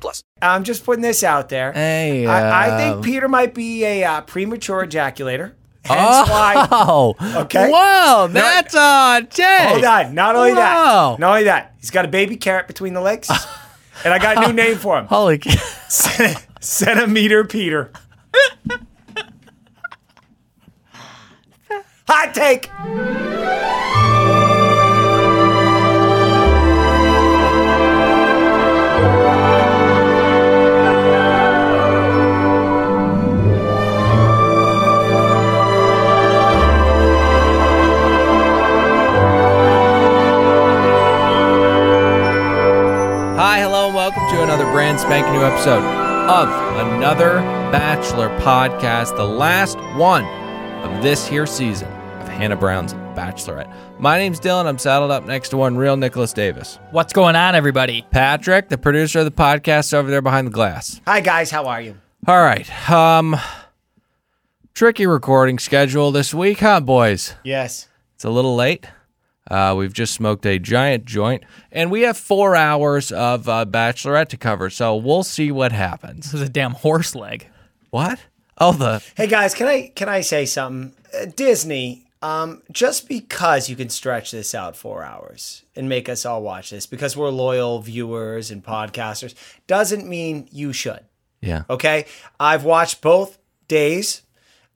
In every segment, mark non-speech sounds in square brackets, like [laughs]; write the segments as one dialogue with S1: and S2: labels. S1: plus.
S2: I'm just putting this out there.
S3: Hey,
S2: I, I
S3: uh,
S2: think Peter might be a uh, premature ejaculator. Hence why.
S3: Oh,
S2: Okay.
S3: Whoa, that's uh, on Jay.
S2: Hold on. Not only
S3: Wow.
S2: that. Not only that. He's got a baby carrot between the
S3: [laughs]
S2: legs. and I got a new name for him.
S3: Holy, c-
S2: Centimeter
S3: [laughs]
S2: Peter. Hot take.
S3: hi, hello, and welcome to another brand spanking new episode of another Bachelor podcast, the last one of this here season of Hannah Brown's Bachelorette. My name's Dylan. I'm saddled up next to one real Nicholas Davis.
S4: What's going on, everybody?
S3: Patrick, the producer of the podcast, over there behind the glass.
S2: Hi guys, how are you?
S3: All right, um, tricky recording schedule this week, huh, boys?
S2: Yes.
S3: It's a little late. Uh, we've just smoked a giant joint, and we have four hours of uh, Bachelorette to cover, so we'll see what happens.
S4: This is a damn horse leg.
S3: What? Oh, the
S2: Hey guys, can I can I say something? Uh, Disney, um, just because you can stretch this out four hours and make us all watch this because we're loyal viewers and podcasters doesn't mean you should.
S3: yeah.
S2: Okay, I've watched both days.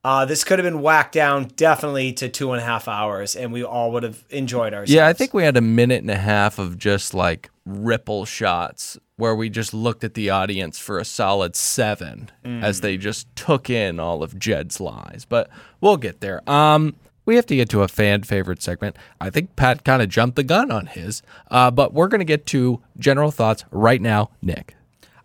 S2: Uh, this could have been whacked down definitely to two and a half hours, and we all would have enjoyed ourselves.
S3: Yeah, I think we had a minute and a half of just like ripple shots where we just looked at the audience for a solid seven as they just took in all of Jed's lies. But we'll get there. Um, we have to get to a fan favorite segment. I think Pat kind of jumped the gun on his, uh, but we're going to get to general thoughts right now, Nick.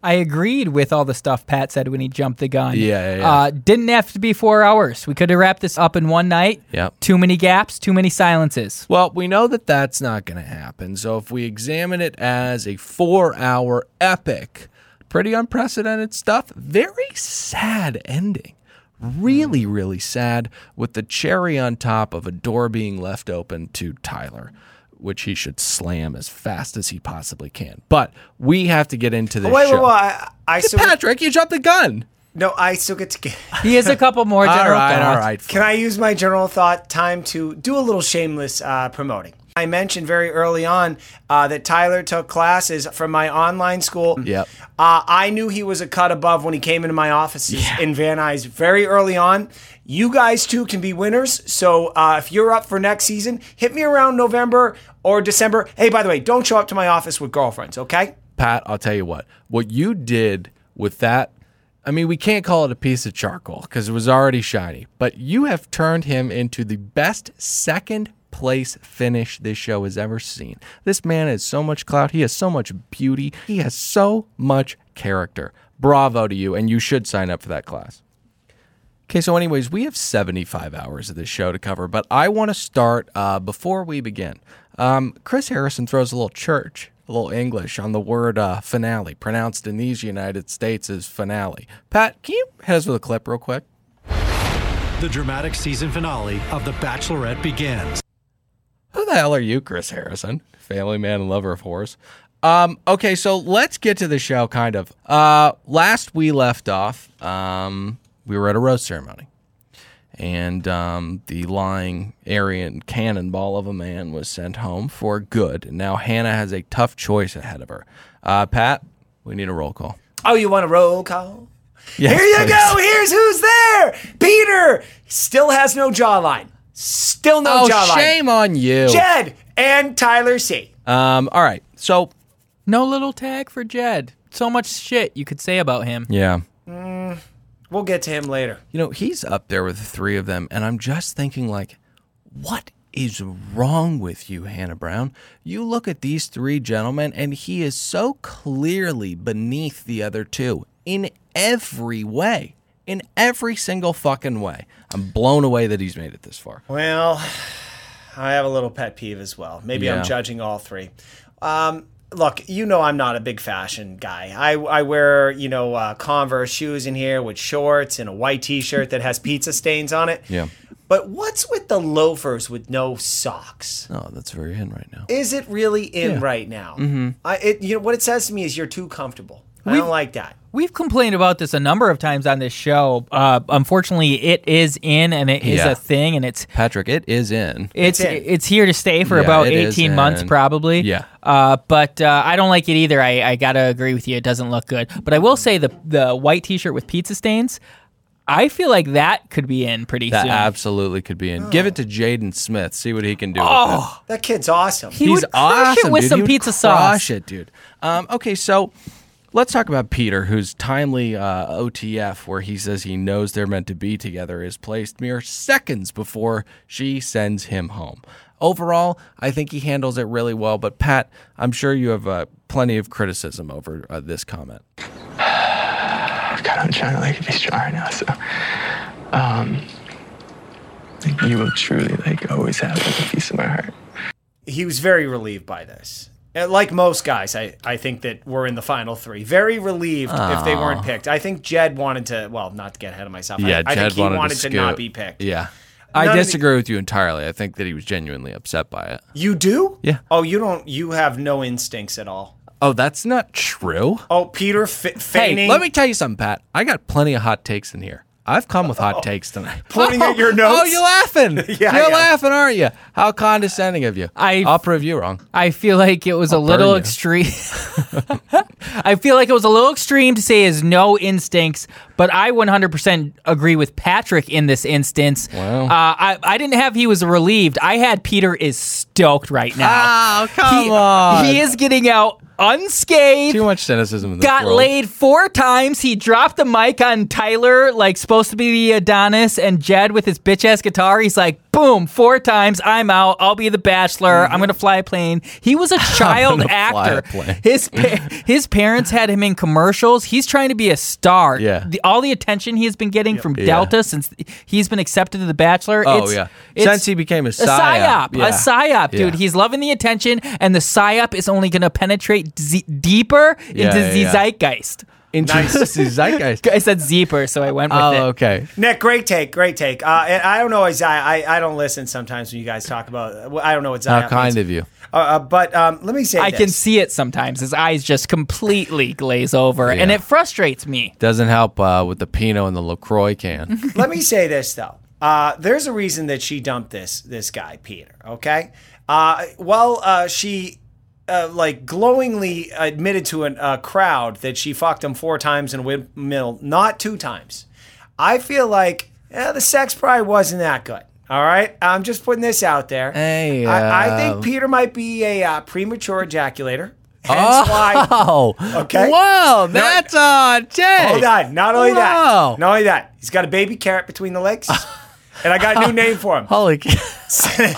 S4: I agreed with all the stuff Pat said when he jumped the gun.
S3: Yeah, yeah, yeah.
S4: Uh, didn't have to be four hours. We could have wrapped this up in one night.
S3: Yep.
S4: Too many gaps, too many silences.
S3: Well, we know that that's not going to happen. So if we examine it as a four hour epic, pretty unprecedented stuff, very sad ending.
S2: Hmm.
S3: Really, really sad with the cherry on top of a door being left open to Tyler, which he should slam as fast as he possibly can. But we have to get into this.
S2: Wait, wait,
S3: show.
S2: wait! I, I still
S3: Patrick, you dropped the gun.
S2: no, I still get to. Get,
S4: He has a couple
S3: [laughs]
S4: more
S3: all
S4: general
S3: right, all
S4: thoughts.
S3: right.
S2: Can I use my general thought time to do a little shameless uh, promoting? I mentioned very early on uh, that Tyler took classes from my online school.
S3: Yep.
S2: Uh, I knew he was a cut above when he came into my offices in Van Nuys very early on. You guys too can be winners. So uh, if you're up for next season, hit me around November or December. Hey, by the way, don't show up to my office with girlfriends, okay?
S3: Pat, I'll tell you what. What you did with that, I mean, we can't call it a piece of charcoal because it was already shiny, but you have turned him into the best second place finish this show has ever seen. This man has so much clout. He has so much beauty. He has so much character. Bravo to you, and you should sign up for that class. Okay, so, anyways, we have 75 hours of this show to cover, but I want to start uh, before we begin. Um, Chris Harrison throws a little church, a little English on the word uh, finale, pronounced in these United States as finale. Pat, can you hit us with a clip real quick?
S5: The dramatic season finale of The Bachelorette begins.
S3: Who the hell are you, Chris Harrison? Family man and lover of horrors. Um, okay, so let's get to the show, kind of. Uh, last we left off, um, we were at a rose ceremony, and um, the lying Aryan cannonball of a man was sent home for good. Now Hannah has a tough choice ahead of her. Uh, Pat, We need a roll call.
S2: Oh, you want a roll call?
S3: Yes,
S2: Here you
S3: please.
S2: go. Here's who's there. Peter still has no jawline. Still no
S3: Oh,
S2: jawline.
S3: shame on you.
S2: Jed and Tyler C.
S3: Um, all right. So,
S4: No little tag for Jed. So much shit you could say about him.
S3: yeah.
S2: We'll get to him later.
S3: You know, he's up there with the three of them, and I'm just thinking, like, what is wrong with you, Hannah Brown? You look at these three gentlemen, and he is so clearly beneath the other two in every way, in every single fucking way. I'm blown away that he's made it this far.
S2: Well, I have a little pet peeve as well. Maybe
S3: Yeah.
S2: I'm judging all three. Um, look, you know I'm not a big fashion guy. I, I wear, you know, uh, Converse shoes in here with shorts and a white t-shirt that has pizza stains on it.
S3: Yeah.
S2: But what's with the loafers with no socks?
S3: No, Oh, that's very in right now.
S2: Is it really in right now? Mm-hmm. I, it, you know, what it says to me is you're too comfortable. I don't like that.
S4: We've complained about this a number of times on this show. Uh, unfortunately, it is in and it is
S3: Yeah.
S4: a thing, and it's
S3: Patrick, it is in.
S2: It's
S4: it's it's,
S2: in.
S4: here to stay for
S3: Yeah,
S4: about
S3: it is
S4: 18 months
S3: in.
S4: probably
S3: Yeah.
S4: uh, but uh, i don't like it either I, I gotta agree with you it doesn't look good but i will say the the white t-shirt with pizza stains i feel like that could be in pretty
S3: That
S4: soon
S3: absolutely could be in. Give it to Jaden Smith. See what he can do. with it.
S2: That kid's awesome.
S4: he
S3: He's
S4: would crush
S3: awesome,
S4: it with
S3: dude.
S4: some
S3: He would
S4: pizza
S3: crush
S4: sauce
S3: it, dude. Um, okay, so let's talk about Peter, whose timely uh, OTF, where he says he knows they're meant to be together, is placed mere seconds before she sends him home. Overall, I think he handles it really well. But Pat, I'm sure you have uh, plenty of criticism over uh, this comment.
S6: God, I'm trying to like be strong right now. So, um, like, you will truly like always have like a piece of my heart.
S2: he was very relieved by this. Uh, Like most guys, I, I think that were in the final three. Very relieved if they weren't picked. I think Jed wanted to, well, not to get ahead of myself. I- I, think he wanted, to, not be picked.
S3: Yeah.
S2: None
S3: I
S2: of the-
S3: disagree with you entirely. I think that he was genuinely upset by it.
S2: You do?
S3: Yeah.
S2: Oh, you don't, you have no instincts at all.
S3: Oh, that's not true.
S2: Oh, Peter f- feigning,
S3: Hey, let me tell you something, Pat. I got plenty of hot takes in here. I've come with hot takes tonight.
S2: [laughs] pointing at Oh. your notes.
S3: [laughs] Oh, you're laughing.
S2: [laughs] Yeah,
S3: you're
S2: yeah.
S3: laughing, aren't you? How condescending of you.
S4: I've-
S3: I'll prove you wrong.
S4: i feel like it was a
S3: I'll burn
S4: little
S3: you. [laughs]
S4: extreme [laughs] i feel like it was a little extreme to say his no instincts but i 100% agree with patrick in this instance
S3: Wow.
S4: uh, I, I didn't have he was relieved i had peter is stoked right now
S3: Oh, come
S4: he,
S3: on.
S4: He is getting out unscathed.
S3: Too much cynicism in this
S4: Got
S3: world.
S4: laid four times. He dropped the mic on Tyler, like supposed to be the Adonis, and Jed with his bitch ass guitar. He's like, boom, four times. I'm out. I'll be the bachelor. I'm gonna fly a plane.
S3: [laughs]
S4: He was a child
S3: gonna fly a
S4: actor.
S3: plane. [laughs]
S4: His pa- his parents had him in commercials. He's trying to be a star.
S3: Yeah.
S4: The- all the attention he has been getting from Delta since he's been accepted to the Bachelor.
S3: Oh,
S4: it's,
S3: yeah.
S4: it's-
S3: Since he became a
S4: a
S3: psyop,
S4: psyop,
S3: yeah.
S4: a psyop, dude.
S3: Yeah.
S4: He's loving the attention, and the psyop is only going to penetrate z- deeper
S3: Yeah,
S4: into
S3: yeah,
S4: the
S3: yeah.
S4: zeitgeist.
S3: [laughs] Into the
S4: [laughs]
S3: zeitgeist.
S4: I said zeeper, so I went with it.
S3: Oh, okay.
S2: Nick, great take, great take. Uh, and I don't know, what Zion, I, I don't listen sometimes when you guys talk about, well, I don't know what Zion
S3: How kind of you.
S2: Uh, uh, but um, let me say
S4: I
S2: this.
S4: can see it sometimes. His eyes just completely glaze over, and
S3: Yeah.
S4: it frustrates me.
S3: Doesn't help uh, with the Pinot and the LaCroix can.
S4: [laughs]
S2: Let me say this though. Uh, there's a reason that she dumped this this guy Peter. Okay. Uh, while uh, she uh, like glowingly admitted to an- a crowd that she fucked him four times in a windmill, not two times. I feel like eh, the sex probably wasn't that good. All right, I'm just putting this out there.
S3: Hey,
S2: I, I
S4: um,
S3: uh,
S2: think Peter might be a uh, premature ejaculator. Hence why
S3: oh.
S2: Okay.
S3: Whoa, that's uh, Jay.
S2: Hold on. Not only
S3: Wow.
S2: that, not only that, he's got a baby carrot between the
S3: [laughs]
S2: legs. and I got a new name for him
S3: Holy [laughs] cow.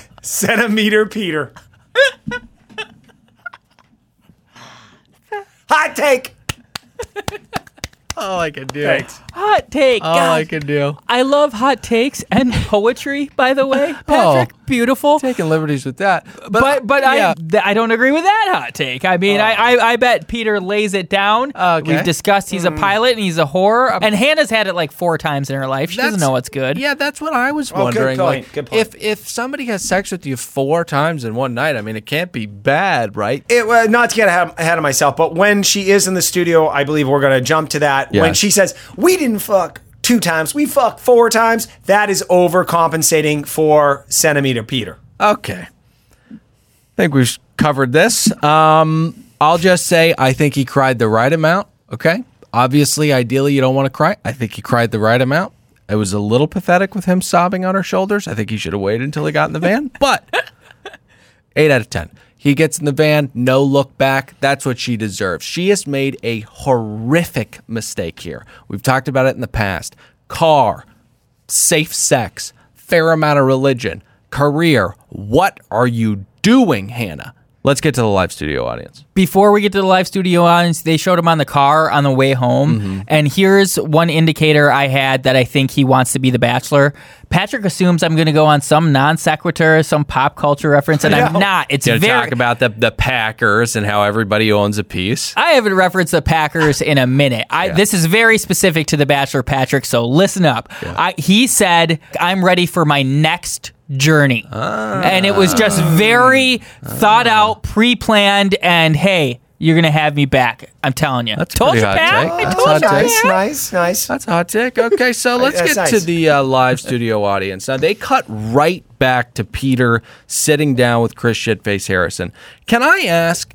S2: [laughs] Centimeter
S3: [laughs]
S2: Peter. Hot take.
S3: All I can do.
S2: Thanks.
S4: Hot take.
S3: All
S4: God,
S3: Oh, I can do.
S4: I love hot takes and poetry. By the way,
S3: [laughs]
S4: Patrick, beautiful.
S3: Taking liberties with that. Oh. But
S4: But but
S3: yeah. Oh.
S4: I th- I don't agree with that hot take. I mean, I, I I bet Peter lays it down.
S3: Okay. Mm. Um,
S4: We've discussed he's a pilot and he's a horror. And Hannah's had it like four times in her life. She doesn't
S3: That's-
S4: know what's good.
S3: Yeah, that's what I was
S2: Oh, good
S3: wondering.
S2: point,
S3: Like,
S2: good point.
S3: if if somebody has sex with you four times in one night, I mean, it can't be bad, right?
S2: It, uh, not to get ahead ahead of myself, but when she is in the studio, I believe we're going to jump to that. When
S3: Yes.
S2: she says, we didn't fuck two times, we fucked four times, that is overcompensating for Centimeter Peter.
S3: Okay, I think we've covered this. Um, I'll just say I think he cried the right amount. Okay. Obviously, ideally, you don't want to cry. I think he cried the right amount. It was a little pathetic with him sobbing on her shoulders. I think he should have waited until he got in the
S4: [laughs]
S3: van, but eight out of 10. He gets in the van, no look back. That's what she deserves. She has made a horrific mistake here. We've talked about it in the past car, safe sex, fair amount of religion, career. What are you doing, Hannah? Let's get to the live studio audience.
S4: Before we get to the live studio audience, they showed him on the car on the way home.
S3: Mm-hmm.
S4: And here's one indicator I had that I think he wants to be the bachelor. Patrick assumes I'm going to go on some non sequitur, some pop culture reference, and I'm not. It's
S3: Gonna
S4: very.
S3: talk about the, the Packers and how everybody owns a piece.
S4: I haven't referenced the Packers in a minute. I, This is very specific to the Bachelor, Patrick. So listen up. I, he said, "I'm ready for my next journey,"
S3: Ah.
S4: and it was just very thought out, pre planned, and hey. You're gonna have me back. I'm telling you. That's told you,
S3: pretty hot
S4: Pat.
S3: take.
S4: I
S3: That's
S4: told
S3: hot
S4: you,
S3: take.
S2: Nice,
S4: Pat.
S2: nice, nice.
S3: That's a
S2: [laughs]
S3: hot take. Okay, so let's
S2: That's
S3: get to
S2: nice.
S3: the uh, live studio audience. Now, they cut right back to Peter sitting down with Chris Shitface Harrison. Can I ask,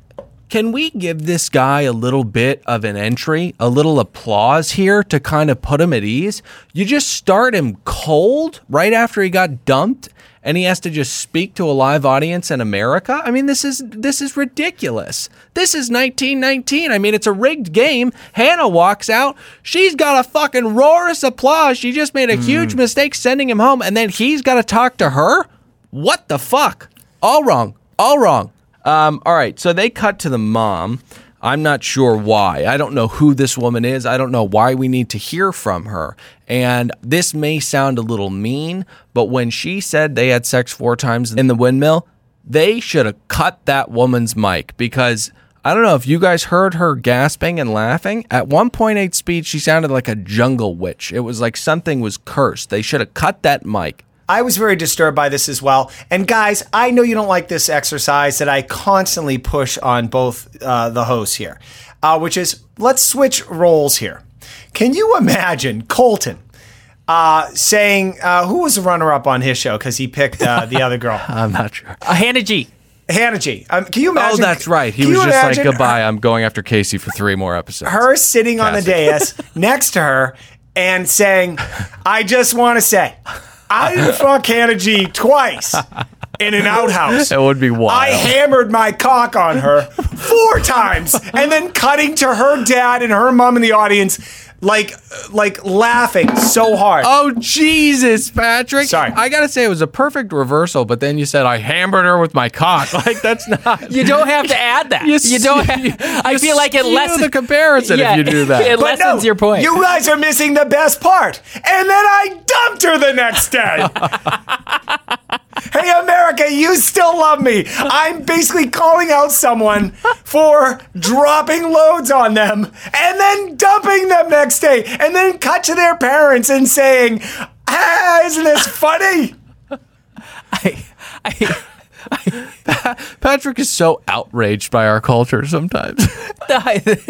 S3: can we give this guy a little bit of an entry, a little applause here to kind of put him at ease? You just start him cold right after he got dumped. And he has to just speak to a live audience in America. I mean, this is this is ridiculous. This is 1919. I mean, it's a rigged game. Hannah walks out. She's got a fucking roarous applause. She just made a huge mistake sending him home, and then he's got to talk to her. What the fuck? All wrong. All wrong. Um, all right. So they cut to the mom. I'm not sure why. I don't know who this woman is. I don't know why we need to hear from her. And this may sound a little mean, but when she said they had sex four times in the windmill, they should have cut that woman's mic because I don't know if you guys heard her gasping and laughing. At 1.8 speed, she sounded like a jungle witch. It was like something was cursed. They should have cut that mic.
S2: I was very disturbed by this as well. And guys, I know you don't like this exercise that I constantly push on both uh, the hosts here, uh, which is let's switch roles here. Can you imagine Colton uh, saying, uh, who was the runner up on his show? Because he picked uh, the other
S3: [laughs]
S2: girl.
S3: I'm not sure.
S4: Uh, Hannah G.
S2: Hannah G. Um, can you
S3: Um, Oh,
S2: imagine?
S3: that's right. He
S2: can
S3: was
S2: you
S3: just like,
S2: imagine
S3: goodbye. I'm going after Casey for three more episodes.
S2: Her sitting on the
S3: Cassie.
S2: dais
S3: [laughs]
S2: next to her and saying, I just want to say, I
S3: [laughs]
S2: didn't fuck Hannah G twice in an outhouse.
S3: It would be wild.
S2: I hammered my cock on her [laughs] four times, and then cutting to her dad and her mom in the audience, like like laughing so hard.
S3: Oh Jesus, Patrick!
S2: Sorry.
S3: I gotta say it was a perfect reversal. But then you said I hammered her with my cock. [laughs] Like that's not.
S4: You don't have to
S3: [laughs]
S4: add that. You, don't. Have, I
S3: you
S4: feel like it
S3: skew
S4: lessens
S3: the
S4: [laughs]
S3: comparison if [laughs] you do that.
S4: It
S2: But
S4: lessens
S2: no,
S4: your point.
S2: You guys are missing the best part. And then I dumped her the next
S4: [laughs]
S2: day. hey, America, you still love me. I'm basically calling out someone for dropping loads on them and then dumping them next day and then cut to their parents and saying, ah, isn't this funny?
S3: Patrick is so outraged by our culture sometimes.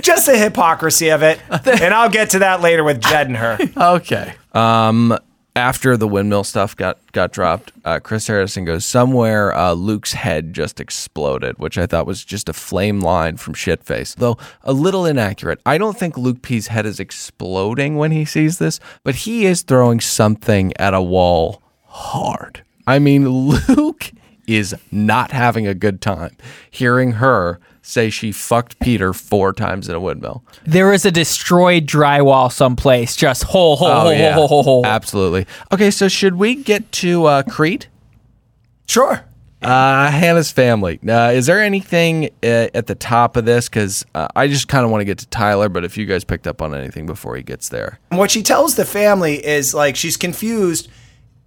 S2: Just the hypocrisy of it. And I'll get to that later with Jed and
S4: [laughs]
S2: her.
S3: okay. Um. After the windmill stuff got got dropped, uh, Chris Harrison goes somewhere. Uh, Luke's head just exploded, which I thought was just a flame line from Shitface, though a little inaccurate. I don't think Luke P's head is exploding when he sees this, but he is throwing something at a wall hard. I mean, [laughs] Luke is not having a good time hearing her say she fucked Peter four times in a windmill.
S4: [laughs] there is a destroyed drywall someplace. Just hole,
S3: Oh,
S4: hole, hole, hole, hole,
S3: [laughs]
S4: hole, hole.
S3: absolutely. Okay, so should we get to uh, Crete?
S2: Sure.
S3: Uh, Hannah's family. Uh, is there anything uh, at the top of this? Because uh, I just kind of want to get to Tyler, but if you guys picked up on anything before he gets there,
S2: And what she tells the family is like she's confused.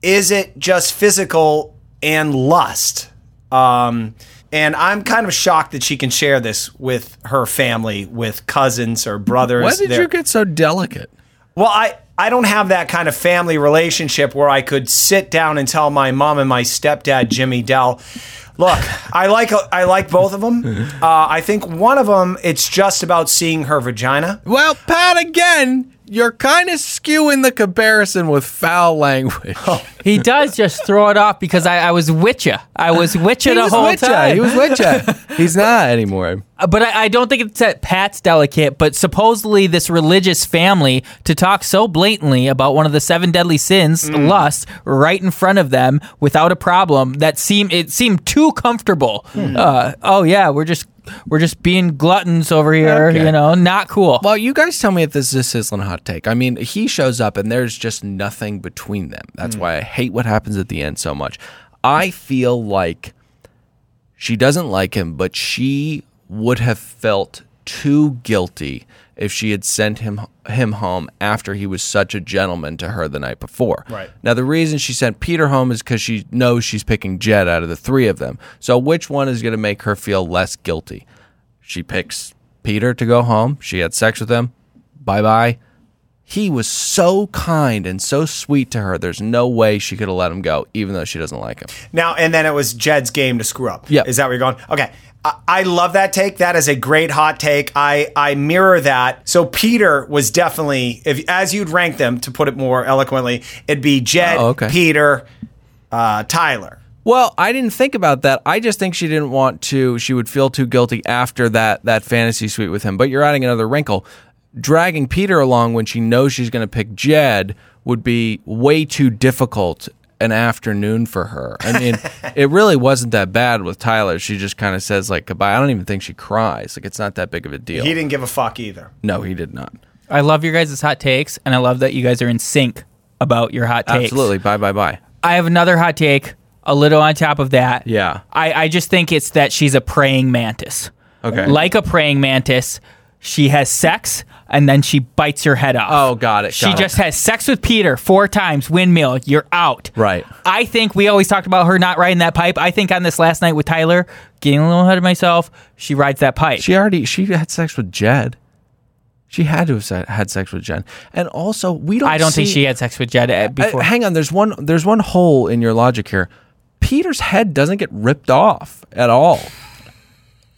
S2: Is it just physical and lust? Um, and I'm kind of shocked that she can share this with her family, with cousins or brothers.
S3: why did
S2: They're-
S3: you get so delicate?
S2: well, I I don't have that kind of family relationship where I could sit down and tell my mom and my stepdad Jimmy Dell, look, I like I like both of
S3: [laughs]
S2: them. Uh, I think one of them it's just about seeing her vagina.
S3: Well, Pat, again, you're kind of skewing the comparison with foul language. [laughs]
S4: He does just throw it off because I, I was with you. I was with you
S3: he
S4: the
S3: was
S4: whole
S3: with ya. [laughs]
S4: time.
S3: He was with ya. He's not anymore.
S4: Uh, But I, I don't think it's that Pat's delicate, but supposedly this religious family to talk so blatantly about one of the seven deadly sins,
S7: Mm.
S4: lust, right in front of them without a problem that seem it seemed too comfortable.
S7: Hmm.
S4: Uh, oh yeah, we're just we're just being gluttons over here,
S3: Okay.
S4: you know, not cool.
S3: Well, you guys tell me if this is a sizzling hot take. I mean, he shows up and there's just nothing between them. That's why I hate what happens at the end so much. I feel like she doesn't like him, but she would have felt too guilty if she had sent him him home after he was such a gentleman to her the night before.
S8: Right.
S3: Now the reason she sent Peter home is because she knows she's picking Jed out of the three of them. So which one is going to make her feel less guilty? She picks Peter to go home. She had sex with him. Bye bye. He was so kind and so sweet to her. There's no way she could have let him go, even though she doesn't like him.
S2: Now and then it was Jed's game to screw up.
S3: Yeah.
S2: Is that where you're going? Okay. I, I love that take. That is a great hot take. I, I mirror that. So Peter was definitely if as you'd rank them, to put it more eloquently, it'd be Jed,
S3: Oh, okay.
S2: Peter, uh, Tyler.
S3: Well, I didn't think about that. I just think she didn't want to. She would feel too guilty after that that fantasy suite with him. But you're adding another wrinkle. Dragging Peter along when she knows she's going to pick Jed would be way too difficult an afternoon for her. I
S2: [laughs]
S3: mean, it really wasn't that bad with Tyler. She just kind of says like goodbye. I don't even think she cries. Like it's not that big of a deal.
S2: He didn't give a fuck either.
S3: no, he did not.
S4: I love your guys' hot takes, and I love that you guys are in sync about your hot takes.
S3: Absolutely. Bye bye bye.
S4: I have another hot take, a little on top of that.
S3: Yeah.
S4: I, I just think it's that she's a praying mantis.
S3: Okay.
S4: Like a praying mantis, she has sex and then she bites your head off. Oh,
S3: got it.
S4: She
S3: got it.
S4: just has sex with Peter four times, windmill, you're out.
S3: Right.
S4: I think we always talked about her not riding that pipe. I think on this last night with Tyler, getting a little ahead of myself, she rides that pipe.
S3: She already she had sex with Jed. She had to have se- had sex with Jed. And also, we don't.
S4: I don't think
S3: see-
S4: she had sex with Jed uh,
S3: Uh,
S4: before.
S3: hang on, there's one there's one hole in your logic here. Peter's head doesn't get ripped off at all.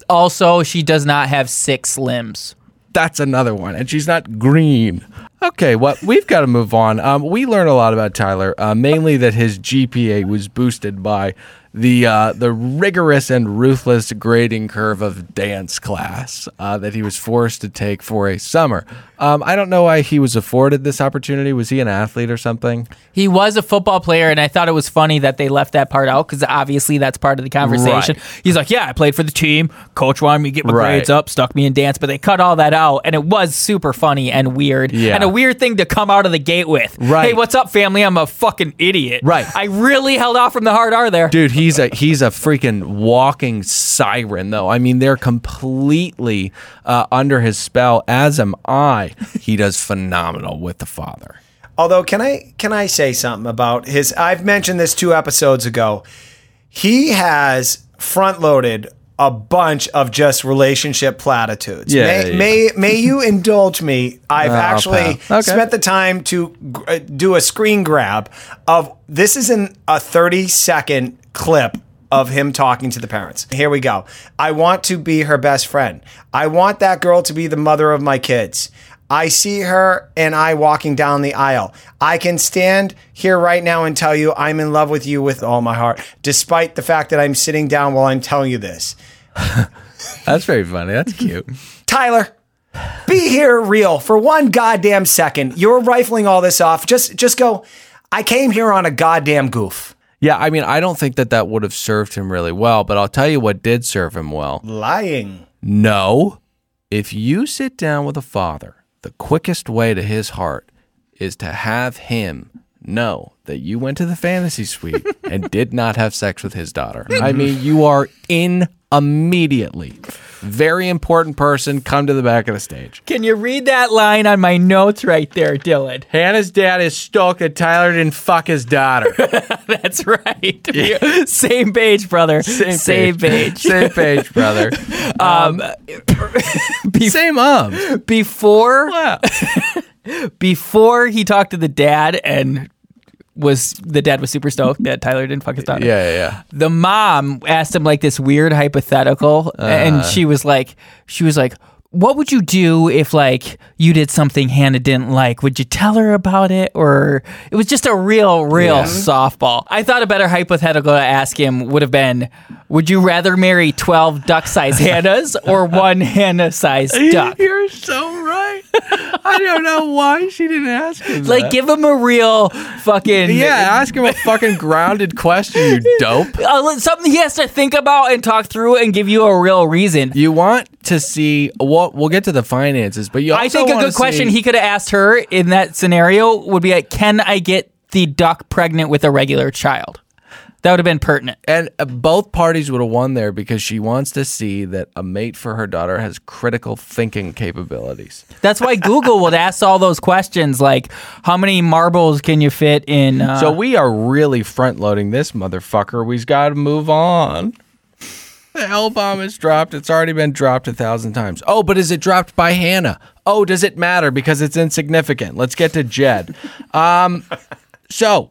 S4: Also, she does not have six limbs.
S3: That's another one, and she's not green. Okay, well, we've got to move on. Um, we learned a lot about Tyler, uh, mainly that his GPA was boosted by the uh, the rigorous and ruthless grading curve of dance class uh, that he was forced to take for a summer. Um, I don't know why he was afforded this opportunity. Was he an athlete or something?
S4: He was a football player, and I thought it was funny that they left that part out because obviously that's part of the conversation. He's like, "Yeah, I played for the team. Coach wanted me to get my
S3: Right.
S4: grades up, stuck me in dance, but they cut all that out, and it was super funny and weird,
S3: Yeah.
S4: and a weird thing to come out of the gate with.
S3: Right.
S4: Hey, what's up, family? I'm a fucking idiot.
S3: Right.
S4: I really held off from the hard R there.
S3: Dude, he's a he's a freaking walking siren, though. I mean, they're completely uh, under his spell. As am I. He does phenomenal with the father.
S2: Although, can I can I say something about his? I've mentioned this two episodes ago. He has front loaded a bunch of just relationship platitudes.
S3: Yeah,
S2: may,
S3: yeah.
S2: may may you indulge
S3: [laughs]
S2: me? I've
S3: Oh,
S2: actually
S3: pal. Okay.
S2: spent the time to gr- uh, do a screen grab of this is in a thirty second clip of him talking to the parents. Here we go. I want to be her best friend. I want that girl to be the mother of my kids. I see her and I walking down the aisle. I can stand here right now and tell you I'm in love with you with all my heart, despite the fact that I'm sitting down while I'm telling you this.
S3: That's very funny. That's cute.
S2: Tyler, be here real for one goddamn second. You're rifling all this off. Just just go. I came here on a goddamn goof.
S3: [laughs] Yeah, I mean, I don't think that that would have served him really well, but I'll tell you what did serve him well.
S2: Lying.
S3: No. If you sit down with a father, the quickest way to his heart is to have him know that you went to the fantasy [laughs] suite and did not have sex with his daughter. [laughs] I mean, you are in immediately. Very important person, come to the back of the stage.
S4: Can you read that line on my notes right there, Dylan? [laughs]
S3: Hannah's dad is stoked that Tyler didn't fuck his daughter.
S4: That's right. [laughs] Same page, brother. Same,
S3: [laughs] [laughs]
S4: page.
S3: Same page, [laughs] brother.
S4: Um,
S3: same [laughs] up
S4: before. before he talked to the dad and was the dad was super stoked that Tyler didn't fuck his daughter.
S3: Yeah, yeah, yeah.
S4: The mom asked him like this weird hypothetical, and
S3: Uh.
S4: she was like, she was like. what would you do if like you did something Hannah didn't like? Would you tell her about it, or it was just a real, real
S7: Yeah.
S4: softball? I thought a better hypothetical to ask him would have been: Would you rather marry twelve
S3: [laughs]
S4: duck-sized Hannahs or one Hannah-sized duck?
S3: You're so right. I don't know why she didn't ask him.
S4: Like, give him a real fucking
S3: Yeah, ask him a fucking grounded question,
S4: [laughs]
S3: you dope.
S4: Uh, something he has to think about and talk through and give you a real reason.
S3: You want to see what we'll get to the finances, but you also
S4: I think a
S3: wanna
S4: good question
S3: see-
S4: he could have asked her in that scenario would be like, "Can I get the duck pregnant with a regular child?" That would have been pertinent.
S3: And uh, both parties would have won there because she wants to see that a mate for her daughter has critical thinking capabilities.
S4: That's why Google would ask all those questions, like how many marbles can you fit in? Uh,
S3: so we are really front loading this motherfucker. We've got to move on. The L bomb is dropped. It's already been dropped a thousand times. Oh, but is it dropped by Hannah? Oh, does it matter because it's insignificant? Let's get to Jed. [laughs] Um, so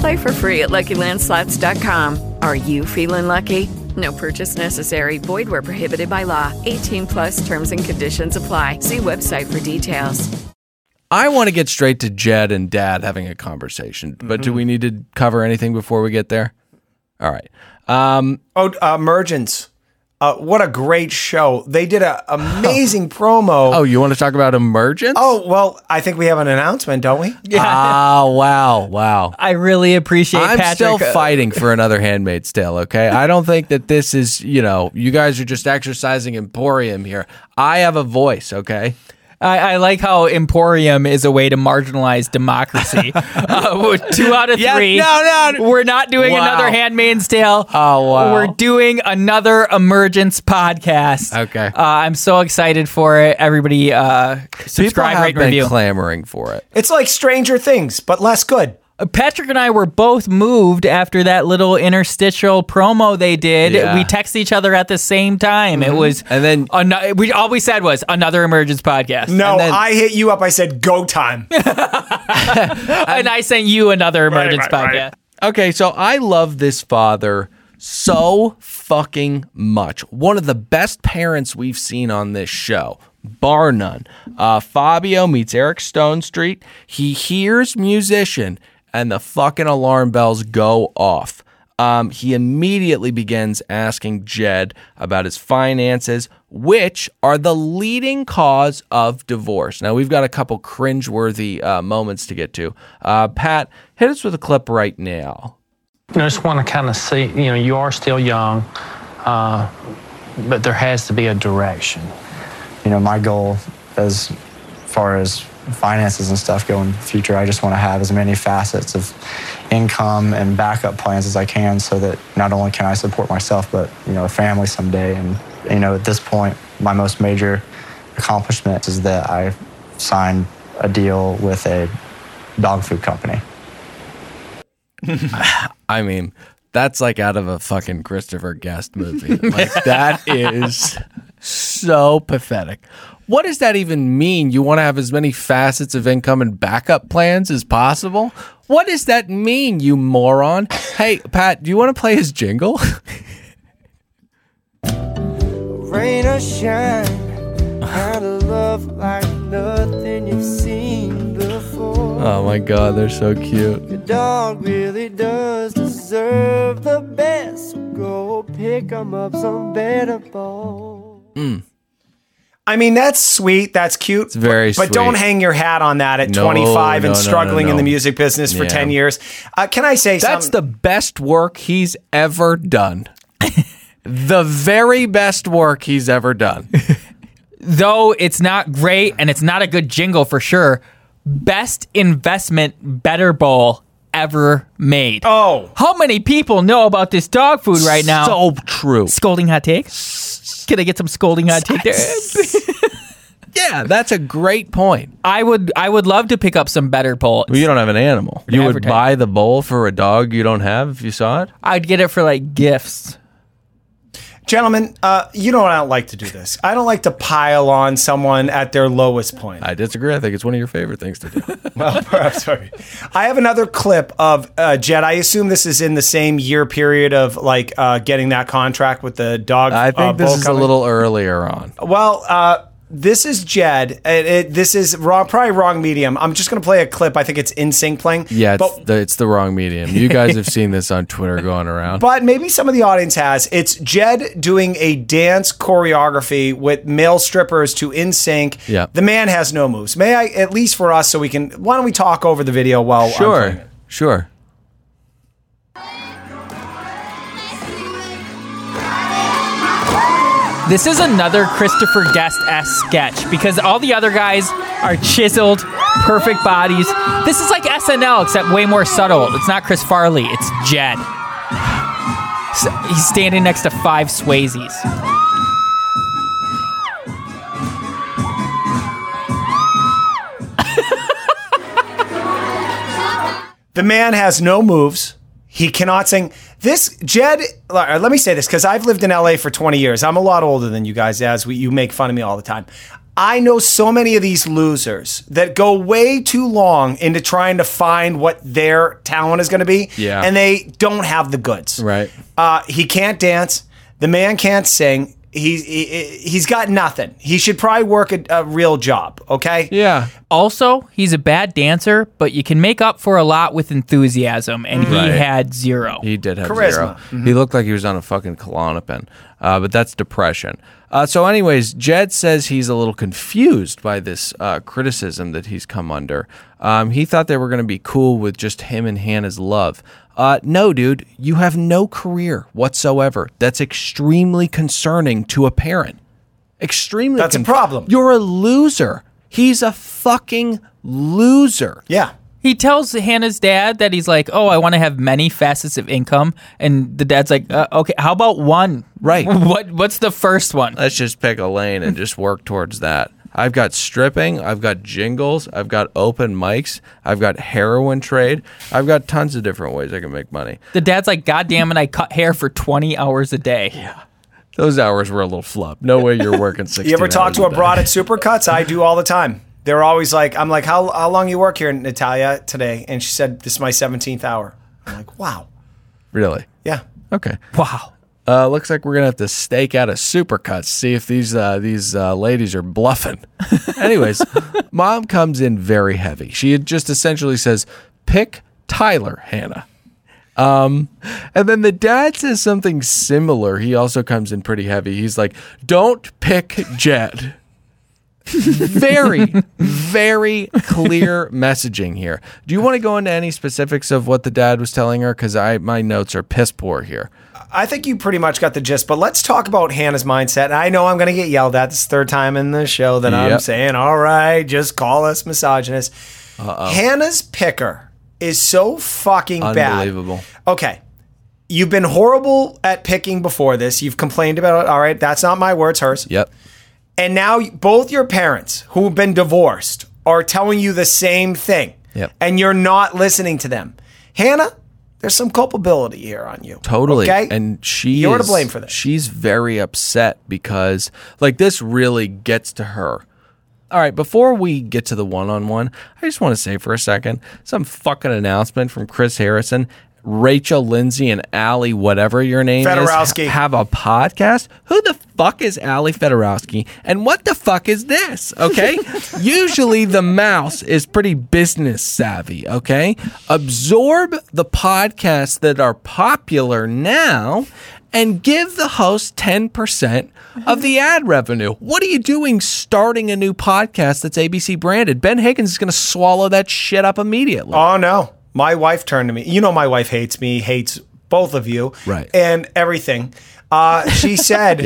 S8: Play for free at LuckyLandSlots.com. Are you feeling lucky? No purchase necessary. Void were prohibited by law. 18 plus. Terms and conditions apply. See website for details.
S3: I want to get straight to Jed and Dad having a conversation, but do we need to cover anything before we get there? All right. Um,
S2: oh, uh, Emergence. Uh, what a great show. They did an amazing promo.
S3: Oh, you want to talk about Emergence?
S2: Oh, well, I think we have an announcement, don't we?
S3: Yeah. Ah, wow, wow.
S4: I really appreciate.
S3: I'm
S4: Patrick. uh,
S3: still
S4: [laughs]
S3: fighting for another Handmaid's Tale, okay? I don't think that this is, you know, you guys are just exercising Emporium here. I have a voice, okay?
S4: I, I like how Emporium is a way to marginalize democracy. [laughs] uh, with two out of
S3: Yeah,
S4: three.
S3: no, no.
S4: We're not doing
S3: Wow.
S4: another Handmaid's Tale.
S3: Oh, wow.
S4: We're doing another Emergence podcast.
S3: Okay.
S4: Uh, I'm so excited for it. Everybody, uh,
S3: People
S4: subscribe,
S3: have
S4: rate, and
S3: been
S4: review.
S3: clamoring for it.
S2: It's like Stranger Things, but less good.
S4: Uh, Patrick and I were both moved after that little interstitial promo they did.
S3: Yeah.
S4: We texted each other at the same time. It
S3: Mhm.
S4: was
S3: and then
S4: ano- we all we said was another emergence podcast.
S2: No,
S4: And then-
S2: I hit you up. I said, go time.
S4: [laughs] and I sent you another emergence podcast.
S3: Okay, so I love this father so fucking much. One of the best parents we've seen on this show, bar none. Uh, Fabio meets Eric Stone Street. He hears musician, and the fucking alarm bells go off. Um, he immediately begins asking Jed about his finances, which are the leading cause of divorce. Now, we've got a couple cringeworthy uh, moments to get to. Uh, Pat, hit us with a clip right now.
S9: You know, I just want to kind of see, you know, you are still young, uh, but there has to be a direction.
S10: you know, my goal as far as finances and stuff go in the future, I just want to have as many facets of income and backup plans as I can so that not only can I support myself, but, you know, a family someday. And, you know, at this point, my most major accomplishment is that I signed a deal with a dog food company.
S3: I mean, that's like out of a fucking Christopher Guest movie. Like, that is so pathetic. What does that even mean? You want to have as many facets of income and backup plans as possible? What does that mean, you moron? Hey, Pat, do you want to play his jingle?
S11: Rain or shine, kind of love like nothing you've seen before.
S3: oh my god, they're so cute.
S11: Your dog really does deserve the
S3: Hmm.
S11: best. Go pick 'em up some better ball.
S3: Mm.
S2: I mean, that's sweet. That's cute. It's
S3: very
S2: but, But don't
S3: sweet.
S2: hang your hat on that at
S3: No,
S2: 25 and
S3: no, no, no,
S2: struggling in the
S3: no.
S2: music business for
S3: Yeah.
S2: 10 years. Uh, can I say
S3: That's
S2: something?
S3: the best work he's ever [laughs] done. the very best work he's ever [laughs] done.
S4: Though it's not great and it's not a good jingle for sure. Best investment better bowl ever made.
S2: Oh.
S4: How many people know about this dog food right now?
S3: So true.
S4: Scolding hot take? Can I get some scolding hot take there?
S3: yeah, that's a great point.
S4: [laughs] I would I would love to pick up some better bowl.
S3: Well, you don't have an animal. You would
S4: Advertise.
S3: buy the bowl for a dog you don't have if you saw it?
S4: I'd get it for like gifts.
S2: Gentlemen, uh, you know I don't like to do this. I don't like to pile on someone at their lowest point.
S3: I disagree. I think it's one of your favorite things to do.
S2: [laughs] well, perhaps sorry. I have another clip of uh, Jed. I assume this is in the same year period of like uh, getting that contract with the dog.
S3: [laughs] I think
S2: uh,
S3: this
S2: bowl
S3: is a
S2: company.
S3: little earlier on.
S2: Well, uh, this is Jed. It, it, this is wrong, probably wrong medium. I'm just going to play a clip. I think it's in sync playing.
S3: Yeah, it's,
S2: but
S3: the, it's the wrong medium. You guys have seen this on Twitter going [laughs] around.
S2: But maybe some of the audience has. It's Jed doing a dance choreography with male strippers to In Sync.
S3: Yeah.
S2: The man has no moves. May I, at least for us, so we can, why don't we talk over the video while I'm playing
S3: sure,
S2: it?
S3: sure.
S4: This is another Christopher Guest esque sketch because all the other guys are chiseled, perfect bodies. This is like SNL, except way more subtle. It's not Chris Farley, it's Jed. S- He's standing next to five Swayzes.
S2: The man has no moves. He cannot sing. This Jed, uh, let let me say this because I've lived in LA for 20 years. I'm a lot older than you guys, as we, you make fun of me all the time. I know so many of these losers that go way too long into trying to find what their talent is going to be.
S3: Yeah.
S2: And they don't have the goods.
S3: Right.
S2: Uh, he can't dance. The man can't sing. He's, he, he's got nothing. He should probably work a, a real job. Okay.
S3: Yeah.
S4: Also, he's a bad dancer, but you can make up for a lot with enthusiasm, and he
S3: Right.
S4: had zero.
S3: He did have
S4: Charisma.
S3: 0
S2: Mm-hmm.
S4: Mhm.
S3: He looked like he was on a fucking Klonopin, uh, but that's depression. Uh, so, anyways, Jed says he's a little confused by this uh, criticism that he's come under. Um, he thought they were going to be cool with just him and Hannah's love. Uh, no, dude, you have no career whatsoever. That's extremely concerning to a parent. Extremely.
S2: That's a problem.
S3: You're a loser. He's a fucking loser.
S2: Yeah.
S4: He tells Hannah's dad that he's like, "Oh, I want to have many facets of income," and the dad's like, uh, "Okay, how about one?
S3: Right.
S4: [laughs] What What's the first one?
S3: Let's just pick a
S2: [laughs]
S3: lane and just work towards that. I've got stripping, I've got jingles, I've got open mics, I've got heroin trade, I've got tons of different ways I can make money.
S4: The dad's like, "God damn it, I cut hair for twenty hours a day." Yeah.
S3: Those hours were a little flub. No way you're working
S2: [laughs]
S3: six.
S2: You ever talk to a broad at Supercuts? I do all the time. They're always like, I'm like, how, how long you work here, Natalia, today? And she said, this is my 17th hour. I'm like, wow.
S3: Really?
S2: Yeah.
S3: Okay.
S4: Wow.
S3: Uh, looks like we're gonna have to stake out a supercut, see if these uh, these uh, ladies are bluffing. Anyways, mom comes in very heavy. She just essentially says, "Pick Tyler, Hannah." Um, and then the dad says something similar. He also comes in pretty heavy. He's like, "Don't pick Jed." very, very clear messaging here. Do you want to go into any specifics of what the dad was telling her? Because I my notes are piss poor here.
S2: I think you pretty much got the gist, but let's talk about Hannah's mindset. And I know I'm going to get yelled at. This is the third time in the show that I'm
S3: Yep.
S2: saying, all right, just call us misogynist. Hannah's picker is so fucking bad.
S3: Unbelievable.
S2: Okay. You've been horrible at picking before this. You've complained about it. All right. That's not my words, hers.
S3: Yep.
S2: And now both your parents who have been divorced are telling you the same thing.
S3: Yep.
S2: And you're not listening to them. Hannah, there's some culpability here on you.
S3: Totally.
S2: Okay?
S3: And she
S2: You're to
S3: is-
S2: blame for this.
S3: She's very upset because like this really gets to her. All right, before we get to the one on one, I just want to say for a second some fucking announcement from Chris Harrison. Rachel Lindsay and Allie, whatever your name
S2: Fedorowski.
S3: is, have a podcast. Who the fuck is Allie Fedorowski? And what the fuck is this? Okay. Usually the mouse is pretty business savvy. Okay. Absorb the podcasts that are popular now and give the host 10% of the ad revenue. What are you doing starting a new podcast that's ABC branded? Ben Higgins is going to swallow that shit up immediately.
S2: Oh no. My wife turned to me. You know my wife hates me, hates both of you.
S3: Right.
S2: And everything. Uh,
S3: [laughs]
S2: she said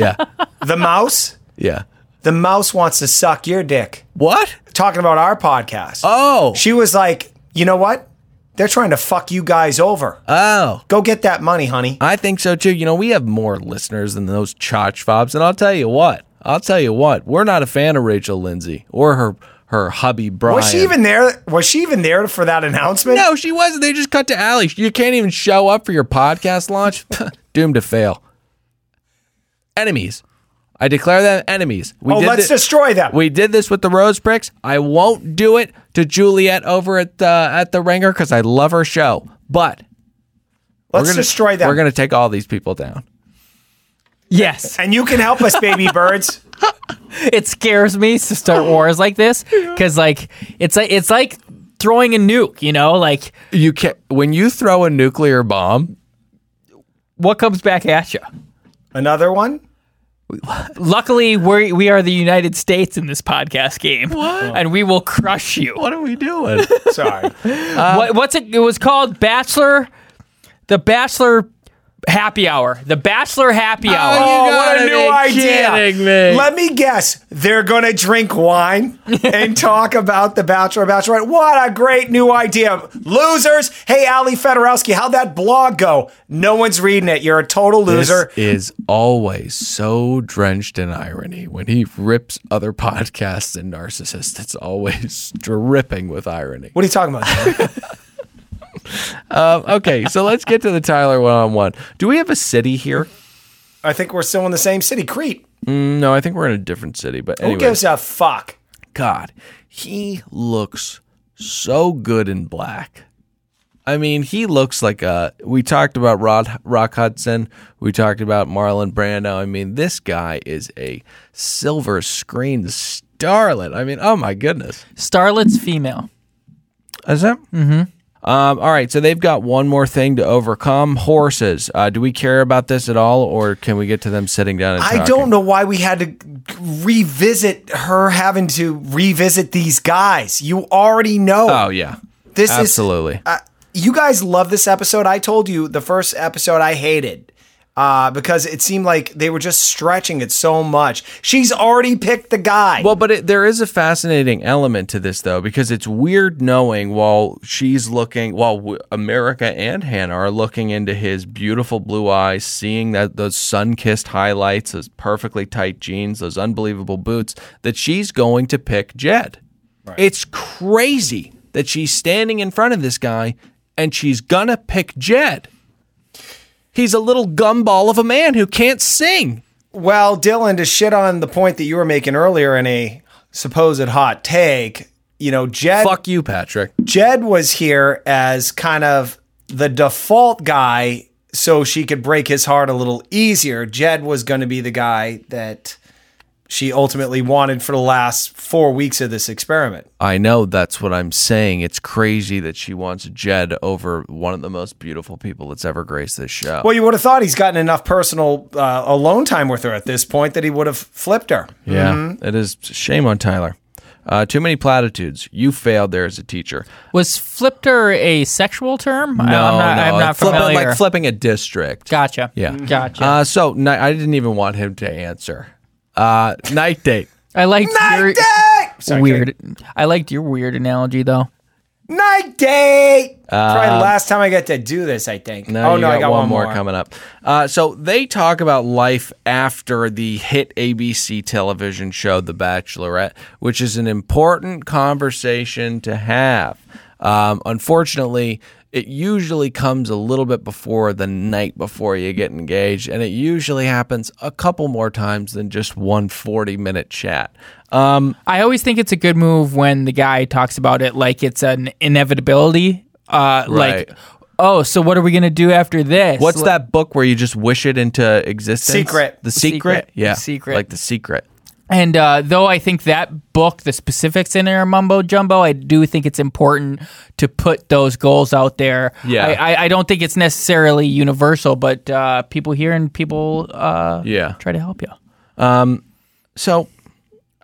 S2: the mouse.
S3: Yeah.
S2: The mouse wants to suck your dick.
S3: What?
S2: Talking about our podcast.
S3: Oh.
S2: She was like, you know what? They're trying to fuck you guys over.
S3: Oh.
S2: Go get that money, honey.
S3: I think so too. You know, we have more listeners than those chotch fobs, and I'll tell you what. I'll tell you what. We're not a fan of Rachel Lindsay or her her hubby Brian.
S2: Was she even there? Was she even there for that announcement?
S3: [laughs] No, she wasn't. They just cut to Allie. You can't even show up for your podcast launch. [laughs] Doomed to fail. Enemies. I declare them enemies. We
S2: oh, let's
S3: thi-
S2: destroy them.
S3: We did this with the Rose Bricks. I won't do it to Juliet over at the at the Ringer because I love her show. But we're
S2: Let's
S3: gonna-
S2: destroy them.
S3: We're gonna take all these people down. [laughs]
S4: Yes.
S2: And you can help us, baby birds.
S4: it scares me to start wars
S3: [laughs]
S4: like this because like it's like it's like throwing a nuke you know like
S3: you can when you throw a nuclear bomb
S4: what comes back at you
S2: another one
S4: luckily we we are the united states in this podcast game
S3: What?
S4: and we will crush you
S3: what are we doing [laughs]
S2: Sorry.
S4: what, what's it it was called bachelor the bachelor happy hour the bachelor happy hour
S3: Ah.
S2: Oh, what a
S3: gotta
S2: new
S3: be
S2: idea.
S3: kidding me.
S2: Let me guess. They're going to drink
S3: [laughs]
S2: wine and talk about the Bachelor Bachelorette. What a great new idea. Losers. Hey, Ali Fedorowski, how'd that blog go? No one's reading it. You're a total loser.
S3: This is always so drenched in irony when he rips other podcasts and narcissists. It's always [laughs] dripping with irony.
S2: What are you talking about? [laughs] John?
S3: Um, okay, so let's get to the Tyler one on one. Do we have a city here?
S2: I think we're still in the same city, Crete.
S3: Mm, no, I think we're in a different city. But
S2: Who
S3: anyway,
S2: gives a fuck?
S3: God, he looks so good in black. I mean, he looks like a. We talked about Rod Rock Hudson. We talked about Marlon Brando. I mean, this guy is a silver screen starlet. I mean, oh my goodness.
S4: starlet's female
S3: Is that?
S4: mm-hmm
S3: Um, all right, so they've got one more thing to overcome: horses. Uh, do we care about this at all, or can we get to them sitting down and
S2: I
S3: talking?
S2: don't know why we had to revisit her having to revisit these guys. You already know.
S3: Oh yeah,
S2: This is-
S3: absolutely.
S2: uh, you guys love this episode. I told you the first episode I hated uh, because it seemed like they were just stretching it so much. She's already picked the guy.
S3: Well, but it, there is a fascinating element to this, though, because it's weird knowing while she's looking, while w- America and Hannah are looking into his beautiful blue eyes, seeing that those sun-kissed highlights, those perfectly tight jeans, those unbelievable boots, that she's going to pick Jed. It's crazy that she's standing in front of this guy and she's gonna pick Jed. He's a little gumball of a man who can't sing.
S2: Well, Dylan, to shit on the point that you were making earlier in a supposed hot take, you know, Jed
S3: Fuck you, Patrick.
S2: Jed was here as kind of the default guy so she could break his heart a little easier. Jed was going to be the guy that she ultimately wanted for the last 4 weeks of this experiment.
S3: I know that's what I'm saying. It's crazy that she wants Jed over one of the most beautiful people that's ever graced this show.
S2: Well, you would have thought he's gotten enough personal uh, alone time with her at this point that he would have flipped her.
S3: yeah,
S2: Mhm.
S4: Mm-hmm.
S3: it is shame on Tyler. Uh, too many platitudes. You failed there as a teacher.
S4: was flipter a sexual term
S3: No,
S4: I, am not,
S3: Oh, no,
S4: I'm not
S3: flipping,
S4: familiar
S3: like flipping a district.
S4: gotcha
S3: Yeah,
S4: gotcha
S3: Uh, so ni- I didn't even want him to answer. Uh, night date.
S4: I liked your
S3: Sorry,
S4: weird. I liked your weird analogy though.
S2: Night date. Probably the
S3: Um,
S2: last time I got to do this, I think.
S3: No,
S2: oh
S3: you
S2: no, I got one, more
S3: coming up. Uh, so they talk about life after the hit ABC television show The Bachelorette, which is an important conversation to have. Um, unfortunately, it usually comes a little bit before the night before you get engaged, and it usually happens a couple more times than just one 40 minute chat. Um,
S4: I always think it's a good move when the guy talks about it like it's an inevitability. Uh,
S3: Right.
S4: Like, oh, so what are we gonna do after this?
S3: What's
S4: Like-
S3: that book where you just wish it into existence?
S2: Secret.
S3: The secret.
S4: Secret.
S3: Yeah.
S4: Secret.
S3: Like the secret.
S4: And uh, though I think that book, the specifics in there are mumbo jumbo, I do think it's important to put those goals out there.
S3: Yeah.
S4: I, I, I don't think it's necessarily universal, but uh, people here and people uh,
S3: Yeah.
S4: try to help you.
S3: Um, so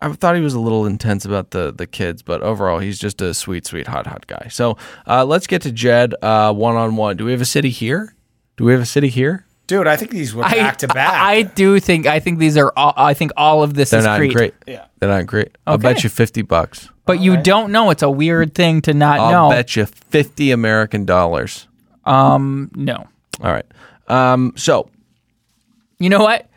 S3: I thought he was a little intense about the the kids, but overall he's just a sweet, sweet, hot, hot guy. So uh, let's get to Jed one on one. Do we have a city here? Do we have a city here?
S2: Dude, I think these were
S4: I-
S2: back to back.
S4: I, I do think I think these are all, I think all of this
S3: They're
S4: is
S3: not
S4: Creed.
S3: great. Yeah, they're not great. I'll
S4: Okay.
S3: bet you fifty bucks.
S4: But you don't know. It's a weird thing to not
S3: I'll
S4: know.
S3: bet you fifty American dollars.
S4: Um, no.
S3: All right. Um, so
S4: You know what?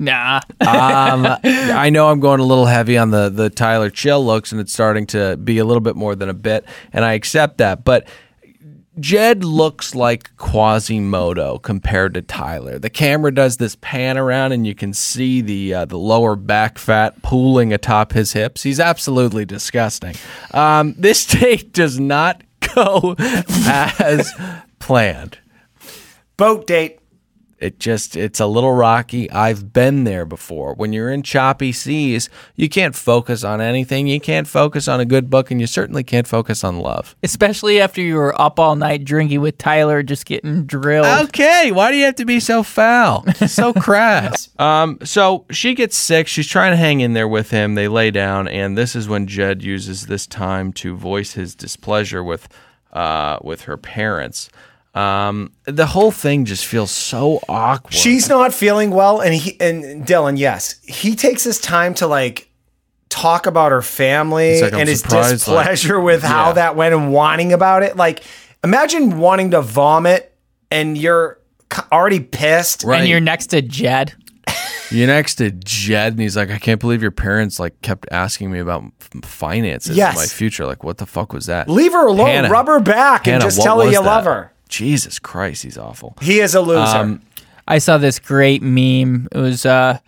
S4: Nah.
S3: um, I know I'm going a little heavy on the the Tyler Chill looks, and it's starting to be a little bit more than a bit, and I accept that. But Jed looks like Quasimodo compared to Tyler. The camera does this pan around, and you can see the uh, the lower back fat pooling atop his hips. He's absolutely disgusting. Um, this [laughs] take does not go [laughs] as planned.
S2: Boat date.
S3: It just it's a little rocky. I've been there before. When you're in choppy seas, you can't focus on anything. You can't focus on a good book and you certainly can't focus on love.
S4: [laughs] Especially after you were up all night drinking with Tyler, just getting drilled.
S3: Okay, why do you have to be so [laughs] foul? So crass. um so she gets sick. She's trying to hang in there with him. They lay down and this is when Jed uses this time to voice his displeasure with uh with her parents. Um the whole thing just feels so awkward.
S2: She's not feeling well, and he and Dylan, yes, he takes his time to like talk about her family
S3: He's like, "I'm
S2: and his
S3: surprised, like-
S2: displeasure with how
S3: Yeah.
S2: that went and whining about it. Like, imagine wanting to vomit and you're c- already pissed,
S4: And you're next to Jed.
S3: You're next to Jed, and he's like, "I can't believe your parents like kept asking me about f- finances,
S2: Yes.
S3: and my future. Like, what the fuck was that?
S2: Leave her alone.
S3: Hannah-
S2: Rub her back and
S3: Hannah,
S2: just
S3: what
S2: tell her
S3: was
S2: you
S3: that?
S2: love her.
S3: Jesus Christ, he's awful.
S2: He is a loser.
S3: Um,
S4: I saw this great meme. It was uh,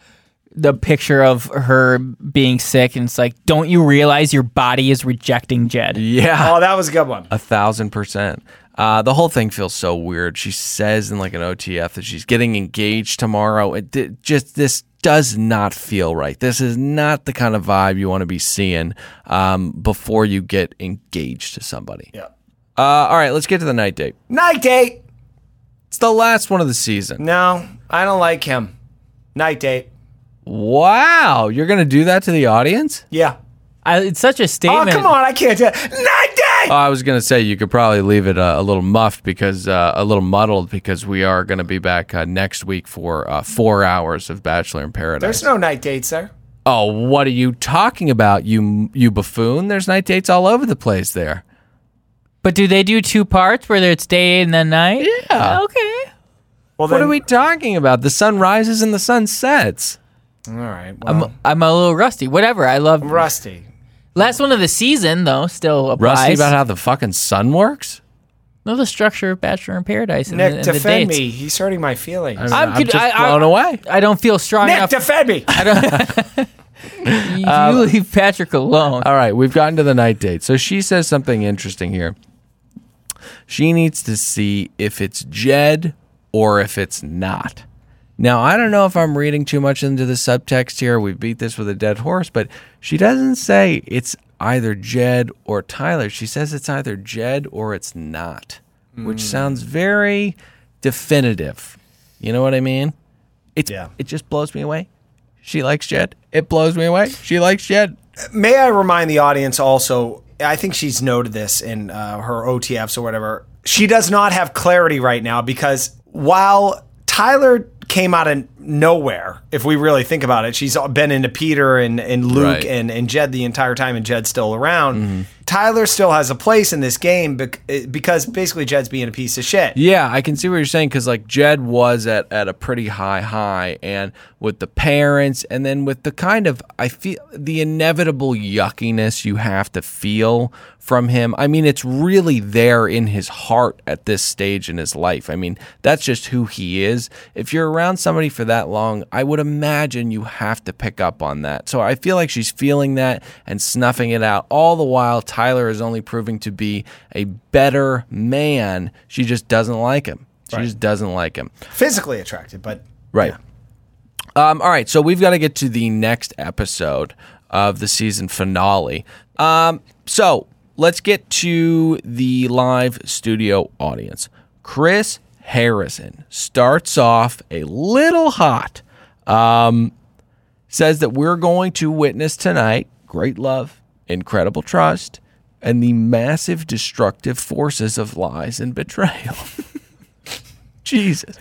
S4: the picture of her being sick, and it's like, don't you realize your body is rejecting Jed?
S2: [laughs]
S3: Yeah,
S2: Oh, that was a good one.
S3: a thousand percent. Uh, the whole thing feels so weird. She says in like an OTF that she's getting engaged tomorrow. It di- just this does not feel right. This is not the kind of vibe you want to be seeing um, before you get engaged to somebody.
S2: Yeah.
S3: Uh, all right, let's get to the night date.
S2: Night date.
S3: It's the last one of the season.
S2: No, I don't like him. Night date.
S3: Wow, you're gonna do that to the audience?
S2: Yeah.
S4: I, Uh, it's such a
S2: Oh,
S4: statement.
S2: come on. I can't do it. Night date.
S3: Oh, I was gonna say you could probably leave it uh, a little muffed because uh, a little muddled because we are gonna be back uh, next week for uh, four hours of Bachelor in Paradise.
S2: There's no night dates there.
S3: oh, what are you talking about, you you buffoon? There's night dates all over the place there.
S4: But do they do two parts where it's day and then night? Uh,
S3: Yeah.
S4: Okay.
S2: Well,
S3: What
S2: then,
S3: are we talking about? The sun rises and the sun sets.
S2: All right.
S4: I'm,
S2: Well,
S4: I'm a little rusty. Whatever. I love
S2: I'm rusty.
S4: last one of the season though. Still applies.
S3: Rusty about how the fucking sun works.
S4: no the structure of Bachelor in Paradise. and the-
S2: Nick,
S4: and the
S2: defend
S4: dates.
S2: me. He's hurting my feelings.
S3: I'm,
S4: I'm
S3: I'm
S4: kid-
S3: just
S4: I- I-
S3: blown away.
S4: I don't feel strong
S2: Nick,
S4: enough.
S2: defend me.
S4: you leave Patrick alone.
S3: All right, we've gotten to the night date. So she says something interesting here. She needs to see if it's Jed or if it's not. Now, I don't know if I'm reading too much into the subtext here. We beat this with a dead horse, but she doesn't say it's either Jed or Tyler. She says it's either Jed or it's not, which sounds very definitive. You know what I mean? It's,
S2: Yeah.
S3: It just blows me away. She likes Jed. It blows me away. She likes Jed.
S2: May I remind the audience also? I think she's noted this in uh, her OTFs or whatever. She does not have clarity right now because while Tyler came out of nowhere, if we really think about it, she's been into Peter and, and Luke
S3: Right.
S2: and, and Jed the entire time, and Jed's still around.
S4: Mm-hmm.
S2: Tyler still has a place in this game bec- eh, because basically Jed's being a piece of shit.
S3: Yeah, I can see what you're saying because like Jed was at, at a pretty high high, and with the parents, and then with the kind of I feel the inevitable yuckiness you have to feel from him. I mean, it's really there in his heart at this stage in his life. I mean, that's just who he is. If you're around somebody for that long, I would imagine you have to pick up on that. So I feel like she's feeling that and snuffing it out. All the while, Tyler is only proving to be a better man. She just doesn't like him. She just doesn't like him.
S2: Physically attracted, but
S3: Right. Um, all right, so we've got to get to the next episode of the season finale. Um, so let's get to the live studio audience. Chris Harrison starts off a little hot. Um, says that we're going to witness tonight great love, incredible trust, and the massive destructive forces of lies and betrayal. [laughs] Jesus.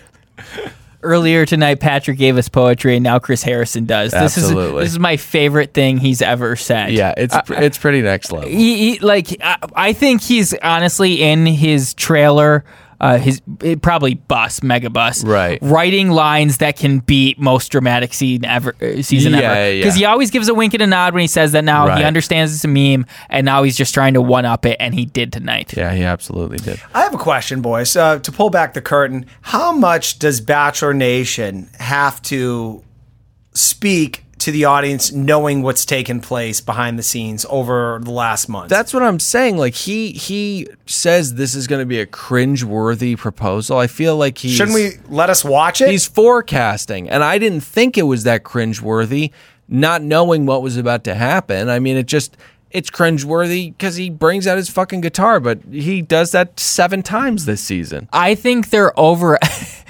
S4: Earlier tonight, Patrick gave us poetry, and now Chris Harrison does. This
S3: Absolutely.
S4: is this is my favorite thing he's ever said.
S3: Yeah, it's
S4: I-
S3: it's pretty next level.
S4: he, he- like I, I think he's honestly in his trailer uh, his it, probably bus mega bus
S3: Right.
S4: writing lines that can beat most dramatic scene ever uh, season
S3: Yeah,
S4: ever
S3: yeah,
S4: because he
S3: yeah.
S4: always gives a wink and a nod when he says that now
S3: Right.
S4: he understands it's a meme and now he's just trying to one up it and he did tonight
S3: Yeah, he absolutely did.
S2: I have a question, boys. Uh, to pull back the curtain, how much does Bachelor Nation have to speak to the audience knowing what's taken place behind the scenes over the last month?
S3: That's what I'm saying. Like he he says this is going to be a cringe-worthy proposal. I feel like he
S2: Shouldn't we let us watch it?
S3: He's forecasting, and I didn't think it was that cringe-worthy. Not knowing what was about to happen. I mean, it just it's cringe-worthy because he brings out his fucking guitar, but he does that seven times this season.
S4: I think they're over.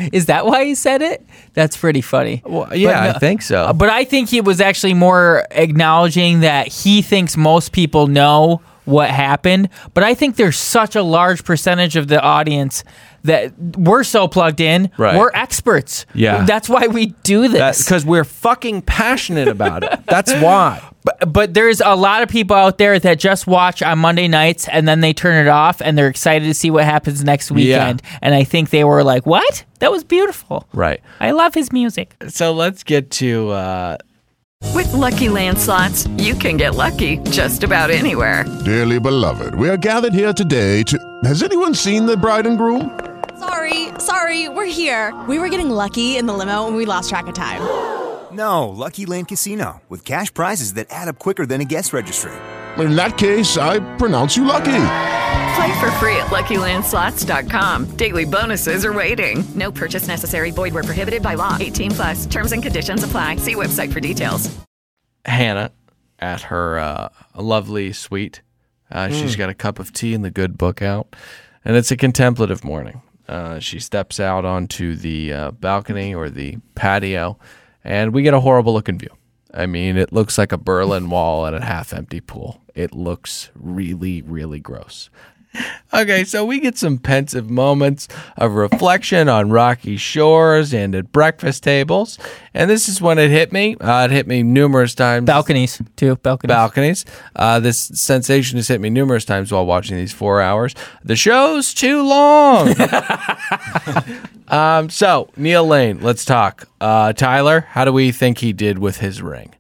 S4: [laughs] Is that why he said it? That's pretty funny. Well,
S3: yeah, I think so.
S4: But I think he was actually more acknowledging that he thinks most people know what happened. But I think there's such a large percentage of the audience that we're so plugged in.
S3: Right.
S4: We're experts.
S3: Yeah.
S4: That's why we do this.
S3: Because we're fucking passionate about it. That's why.
S4: But, but there's a lot of people out there that just watch on Monday nights and then they turn it off and they're excited to see what happens next weekend. And I think they were like, what? That was beautiful.
S3: Right.
S4: I love his music.
S3: [laughs] So let's get to uh,
S8: With Lucky Land slots, you can get lucky just about anywhere.
S12: Dearly beloved, we are gathered here today to. Has anyone seen the bride and groom?
S13: Sorry, sorry, we're here. We were getting lucky in the limo and we lost track of time.
S14: No, Lucky Land Casino, with cash prizes that add up quicker than a guest registry.
S12: In that case, I pronounce you lucky.
S8: Play for free at LuckyLandSlots.com. Daily bonuses are waiting. No purchase necessary. Void were prohibited by law. 18 plus. Terms and conditions apply. See website for details.
S3: Hannah at her uh, lovely suite. Uh, She's
S9: Mm.
S3: got a cup of tea and the good book out, and it's a contemplative morning. Uh, she steps out onto the uh, balcony or the patio, and we get a horrible looking view. I mean, it looks like a Berlin wall and a half empty pool. It looks really, really gross. Okay, so we get some pensive moments of reflection on rocky shores and at breakfast tables. And this is when it hit me. Uh, it hit me numerous times.
S4: Balconies, too. Balconies.
S3: Balconies. Uh, this sensation has hit me numerous times while watching these four hours. The show's too long. um, so, Neil Lane, let's talk. Uh, Tyler, how do we think he did with his ring?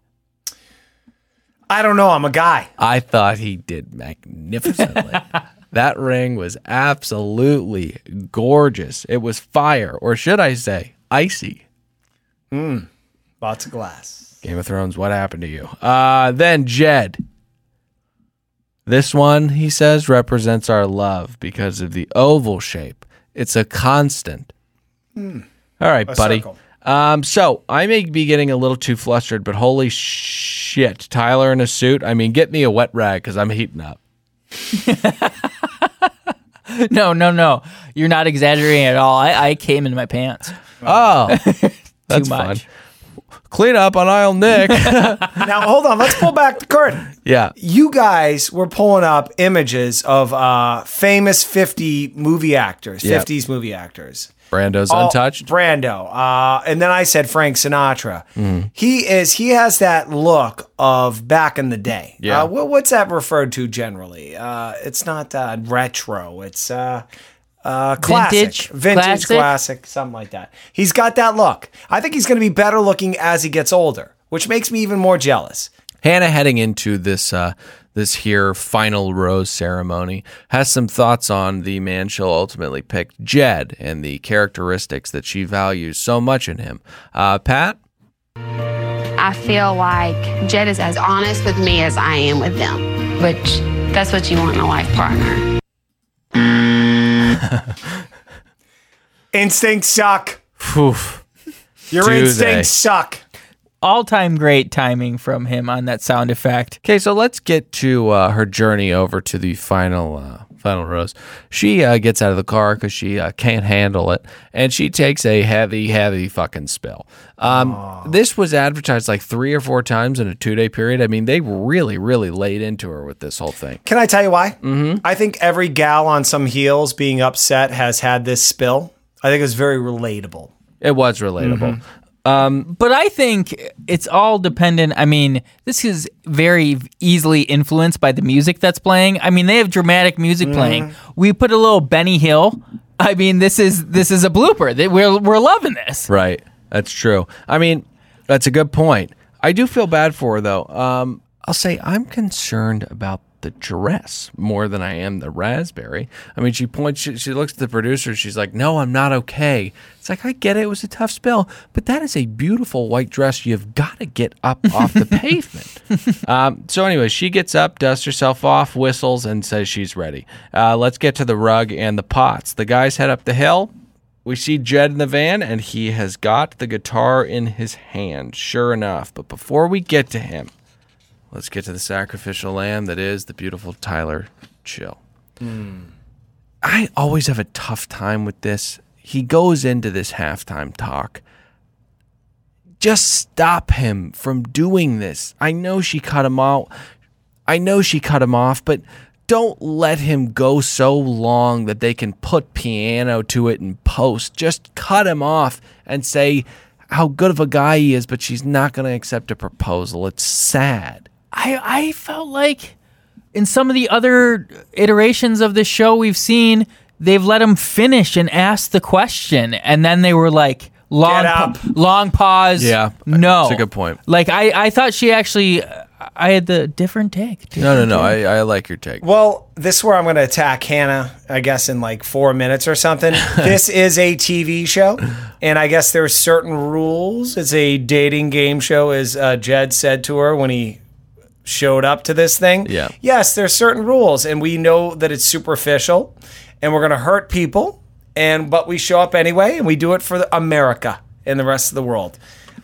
S2: I don't know. I'm a guy.
S3: I thought he did magnificently. that ring was absolutely gorgeous. It was fire, or should I say, icy.
S2: Mm, lots of glass.
S3: Game of Thrones, what happened to you? Uh, then Jed. This one, he says, represents our love because of the oval shape. It's a constant. All right,
S2: Hmm. A
S3: buddy.
S2: circle.
S3: Um, so I may be getting a little too flustered, but holy shit, Tyler in a suit. I mean, get me a wet rag because I'm heating up.
S4: [laughs] no, no, no. You're not exaggerating at all. I, I came in my pants.
S3: Oh, that's
S4: much.
S3: fun. Clean up on
S2: [laughs]
S3: aisle Nick.
S2: now hold on. Let's pull back the curtain.
S3: yeah.
S2: You guys were pulling up images of uh, famous 50 movie actors,
S3: Yep.
S2: 50s movie actors.
S3: Brando's
S2: All-
S3: untouched.
S2: Oh, Brando. Uh, and then I said Frank Sinatra.
S3: Mm-hmm.
S2: He is. He has that look of back in the day.
S3: Yeah.
S2: Uh, wha- what's that referred to generally? Uh, it's not uh, retro. It's uh, uh, classic,
S4: Vintage?
S2: vintage,
S4: Classic?
S2: classic? something like that. He's got that look. I think he's going to be better looking as he gets older, which makes me even more jealous.
S3: Hannah heading into this uh, this here final rose ceremony has some thoughts on the man she'll ultimately pick, Jed, and the characteristics that she values so much in him. Uh, Pat,
S7: I feel like Jed is as honest with me as I am with them, which that's what you want in a life partner.
S2: Instincts suck.
S3: Poof.
S2: Your
S3: Do
S2: instincts
S3: they?
S2: suck.
S4: all time great timing from him on that sound effect.
S3: Okay, so let's get to uh, her journey over to the final uh, final rose. She uh, gets out of the car because she uh, can't handle it, and she takes a heavy, heavy fucking spill. Um, this was advertised like three or four times in a two day period. I mean, they really, really laid into her with this whole thing.
S2: Can I tell you why? Mm-hmm. I think every gal on some heels being upset has had this spill. I think it was very relatable.
S3: It was relatable.
S4: Um, but I think it's all dependent. I mean, this is very easily influenced by the music that's playing. I mean, they have dramatic music playing.
S3: Mm-hmm.
S4: We put a little Benny Hill. I mean, this is this is a blooper. They- We're we're loving this.
S3: Right. That's true. I mean, that's a good point. I do feel bad for her, though. Um, I'll say I'm concerned about the dress more than I am the raspberry. I mean, she points, she, she looks at the producer, she's like, No, I'm not okay. It's like, I get it. It was a tough spell, but that is a beautiful white dress. You've got to get up off the pavement. Um, so, anyway, she gets up, dusts herself off, whistles, and says she's ready. Uh, let's get to the rug and the pots. The guys head up the hill. We see Jed in the van, and he has got the guitar in his hand, sure enough. But before we get to him, let's get to the sacrificial lamb that is the beautiful Tyler Chill. I always have a tough time with this. He goes into this halftime talk. Just stop him from doing this. I know she cut him out. I know she cut him off, but don't let him go so long that they can put piano to it in post. Just cut him off and say how good of a guy he is, but she's not going to accept a proposal. It's sad.
S4: I I felt like in some of the other iterations of this show we've seen, they've let him finish and ask the question, and then they were like long
S3: Get
S4: pa-
S3: up.
S4: long pause.
S3: Yeah,
S4: no,
S3: it's a good point.
S4: Like I I thought she actually I had the different take.
S3: No, no, no. I, I like your take.
S2: Well, this is where I'm going to attack Hannah, I guess, in like four minutes or
S3: [laughs]
S2: something. this is a TV show, and I guess there's certain rules. It's a dating game show, as uh, Jed said to her when he showed up to this thing.
S3: Yeah.
S2: Yes, there's certain rules, and we know that it's superficial, and we're going to hurt people, and but we show up anyway, and we do it for the- America and the rest of the world.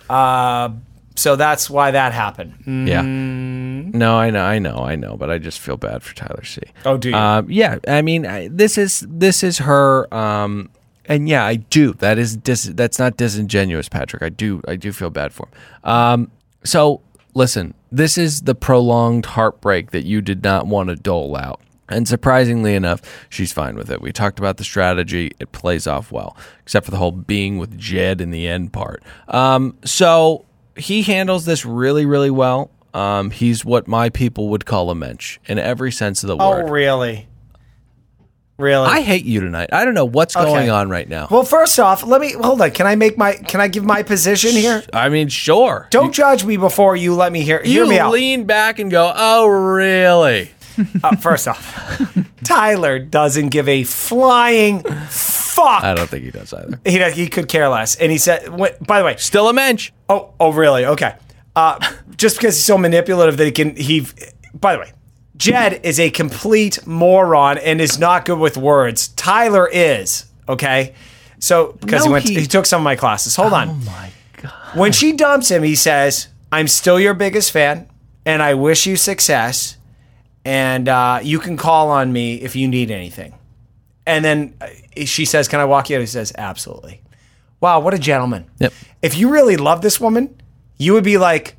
S2: Uh, so that's why that happened.
S3: Yeah. No, I know, I know, I know, but I just feel bad for Tyler C.
S2: Oh, do you?
S3: Um, yeah, I mean, I, this is this is her, um, and yeah, I do. That is dis- that's not disingenuous, Patrick. I do I do feel bad for him. Um, so listen, this is the prolonged heartbreak that you did not want to dole out. And surprisingly enough, she's fine with it. We talked about the strategy; it plays off well, except for the whole being with Jed in the end part. Um, so he handles this really, really well. Um, he's what my people would call a mensch in every sense of the
S2: Oh,
S3: word.
S2: really? Really?
S3: I hate you tonight. I don't know what's
S2: Okay.
S3: going on right now.
S2: Well, first off, let me hold on. Can I make my? Can I give my position here?
S3: I mean, sure.
S2: Don't judge me before you let me hear. hear
S3: you
S2: me out.
S3: lean back and go, "Oh, really?"
S2: Uh, first
S3: [laughs]
S2: off, Tyler doesn't give a flying fuck.
S3: I don't think he does either.
S2: He he could care less. And he said, wh- by the way,
S3: still a mensch.
S2: Oh, oh, really? Okay. Uh, just because he's so manipulative that he can he. By the way, Jed is a complete moron and is not good with words. Tyler is okay. So because he
S3: No,
S2: went,
S3: he-
S2: he, took some of my classes. Hold on. Oh my god. When she dumps him, he says, "I'm still your biggest fan, and I wish you success, and uh, you can call on me if you need anything." And then uh, she says, "Can I walk you out?" He says, "Absolutely." Wow, what a gentleman.
S3: Yep.
S2: If you really love this woman, you would be like,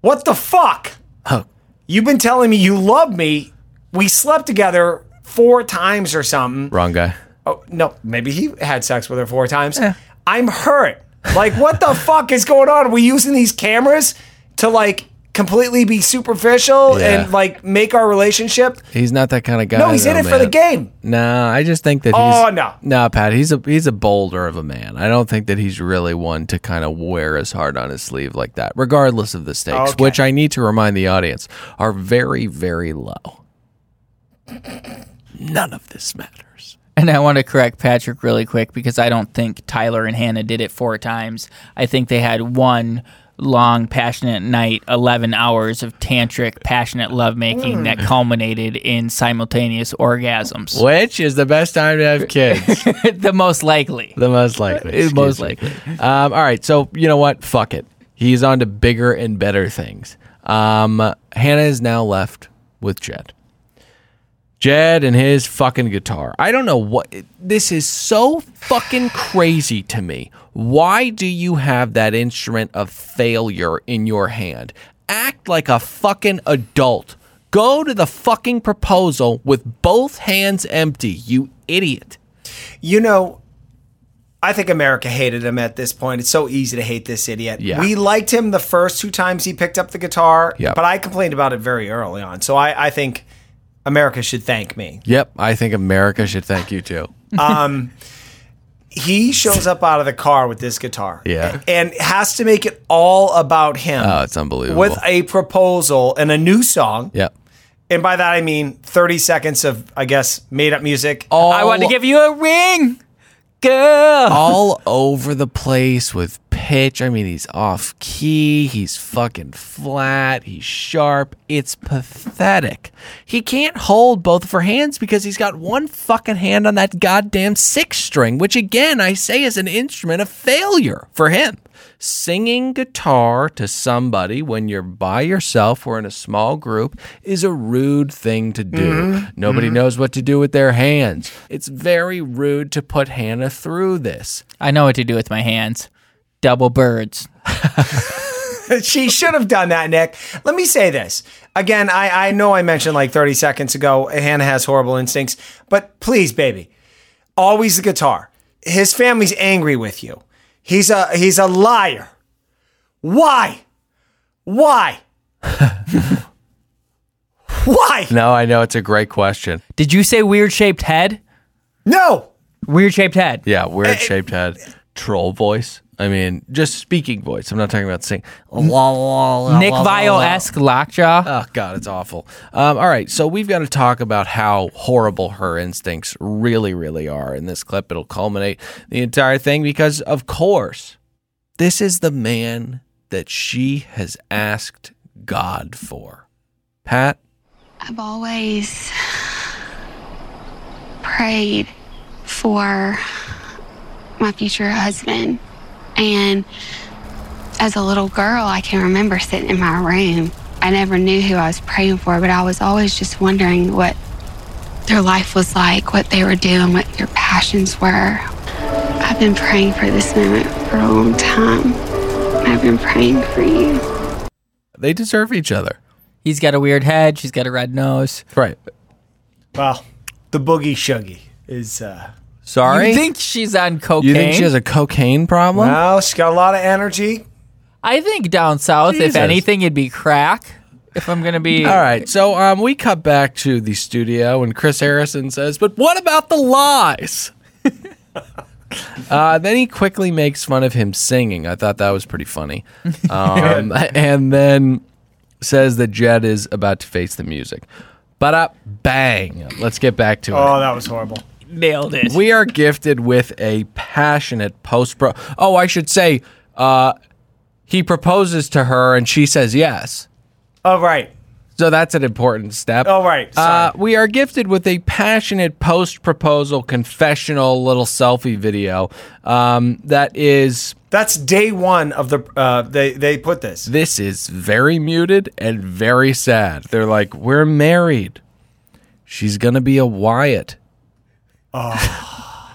S2: "What the fuck?
S3: Oh.
S2: You've been telling me you love me. We slept together four times or something.
S3: Wrong guy.
S2: Oh no, maybe he had sex with her four times. I'm hurt. Like, what
S3: [laughs]
S2: the fuck is going on? Are we using these cameras to like completely be superficial
S3: Yeah.
S2: and like make our relationship?
S3: He's not that kind of guy.
S2: no, he's in
S3: though,
S2: it for the
S3: man.
S2: game.
S3: No, I just think that he's.
S2: Oh, no.
S3: no, Pat. He's a he's a boulder of a man. I don't think that he's really one to kind of wear his heart on his sleeve like that, regardless of the stakes,
S2: Okay.
S3: which I need to remind the audience are very very low. None of this matters.
S4: And I want to correct Patrick really quick because I don't think Tyler and Hannah did it four times. I think they had one long, passionate night, 11 hours of tantric, passionate lovemaking that culminated in simultaneous orgasms.
S3: Which is the best time to have kids?
S4: [laughs] the most likely.
S3: the most likely.
S4: Most
S3: likely. Um, all right, so you know what? Fuck it. He's on to bigger and better things. Um, Hannah is now left with Jed. Jed and his fucking guitar. I don't know what this is so fucking crazy to me. Why do you have that instrument of failure in your hand? Act like a fucking adult. Go to the fucking proposal with both hands empty, you idiot.
S2: You know, I think America hated him at this point. It's so easy to hate this idiot.
S3: Yeah.
S2: We liked him the first two times he picked up the guitar,
S3: Yep.
S2: but I complained about it very early on. So I, I think America should thank me.
S3: Yep, I think America should thank you too.
S2: Um, he shows up out of the car with this guitar
S3: Yeah.
S2: and has to make it all about him
S3: Oh, it's unbelievable.
S2: with a proposal and a new song.
S3: Yep.
S2: And by that, I mean 30 seconds of, I guess, made up music.
S3: Oh.
S4: I want to give you a ring, girl.
S3: all over the place with pitch. I mean, he's off key. He's fucking flat. He's sharp. It's pathetic. He can't hold both of her hands because he's got one fucking hand on that goddamn six string, which again, I say is an instrument of failure for him. Singing guitar to somebody when you're by yourself or in a small group is a rude thing to do.
S5: Mhm.
S3: Nobody
S5: Mhm.
S3: knows what to do with their hands. It's very rude to put Hannah through this.
S4: I know what to do with my hands. Double birds.
S2: she should have done that, Nick. Let me say this. Again, I, I know I mentioned like 30 seconds ago, Hannah has horrible instincts, but please, baby, always the guitar. His family's angry with you. He's a he's a liar. Why? Why? [laughs] Why?
S3: No, I know it's a great question.
S4: Did you say weird shaped head?
S2: No.
S4: Weird shaped head.
S3: Yeah, weird shaped head, troll voice. I mean, just speaking voice. I'm not talking about singing.
S4: Nick Vile esque lockjaw.
S3: Oh God, it's awful. Um, all right, so we've got to talk about how horrible her instincts really, really are in this clip. It'll culminate the entire thing because, of course, this is the man that she has asked God for. Pat,
S7: I've always prayed for my future husband. And as a little girl, I can remember sitting in my room. I never knew who I was praying for, but I was always just wondering what their life was like, what they were doing, what their passions were. I've been praying for this moment for a long time. I've been praying for you.
S3: they deserve each other.
S4: He's got a weird head. She's got a red nose.
S3: Right.
S2: Well, the boogie shuggy is uh
S3: Sorry,
S4: You think she's on cocaine?
S3: You think she has a cocaine problem?
S2: Well, she's got a lot of energy.
S4: I think down south,
S3: Jesus.
S4: if anything, it'd be crack. If I'm gonna be
S3: All right, so um, we cut back to the studio, and Chris Harrison says, "But what about the lies?" uh, then he quickly makes fun of him singing. I thought that was pretty funny, um, and then says that Jed is about to face the music. But up, bang! Let's get back to it.
S2: Oh, that was horrible.
S4: nailed it.
S3: We are gifted with a passionate post pro. Oh, I should say, uh, he proposes to her and she says yes.
S2: Oh, right.
S3: So that's an important step.
S2: Oh, right.
S3: Uh, we are gifted with a passionate post proposal confessional little selfie video um, that is.
S2: That's day one of the. Uh, they they put this.
S3: This is very muted and very sad. They're like, we're married. She's gonna be a Wyatt. [laughs]
S2: Oh.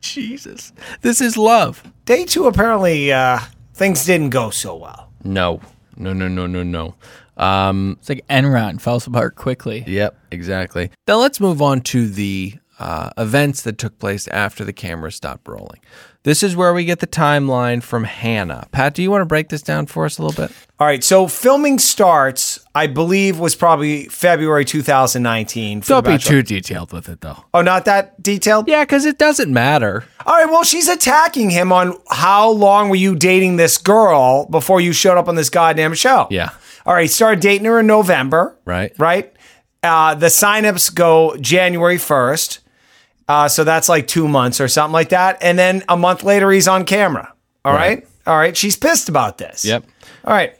S3: Jesus. This is love.
S2: Day two, apparently, uh, things didn't go so well.
S3: No, no, no, no, no, no. Um,
S4: it's like Enron falls apart quickly.
S3: Yep, exactly. Now let's move on to the uh, events that took place after the camera stopped rolling. This is where we get the timeline from Hannah. Pat, do you want to break this down for us a little bit?
S2: All right, so filming starts, I believe, was probably February 2019. for
S3: Don't
S2: The
S3: be
S2: Bachelor.
S3: too detailed with it, though.
S2: Oh, not that detailed?
S3: Yeah, because it doesn't matter.
S2: All right, well, she's attacking him on how long were you dating this girl before you showed up on this goddamn show?
S3: Yeah.
S2: All right, he started dating her in November.
S3: Right.
S2: Right? Uh, the signups go January 1st. Uh, so that's like two months or something like that. And then a month later, he's on camera. All right.
S3: Right.
S2: All right. She's pissed about this.
S3: Yep.
S2: All right.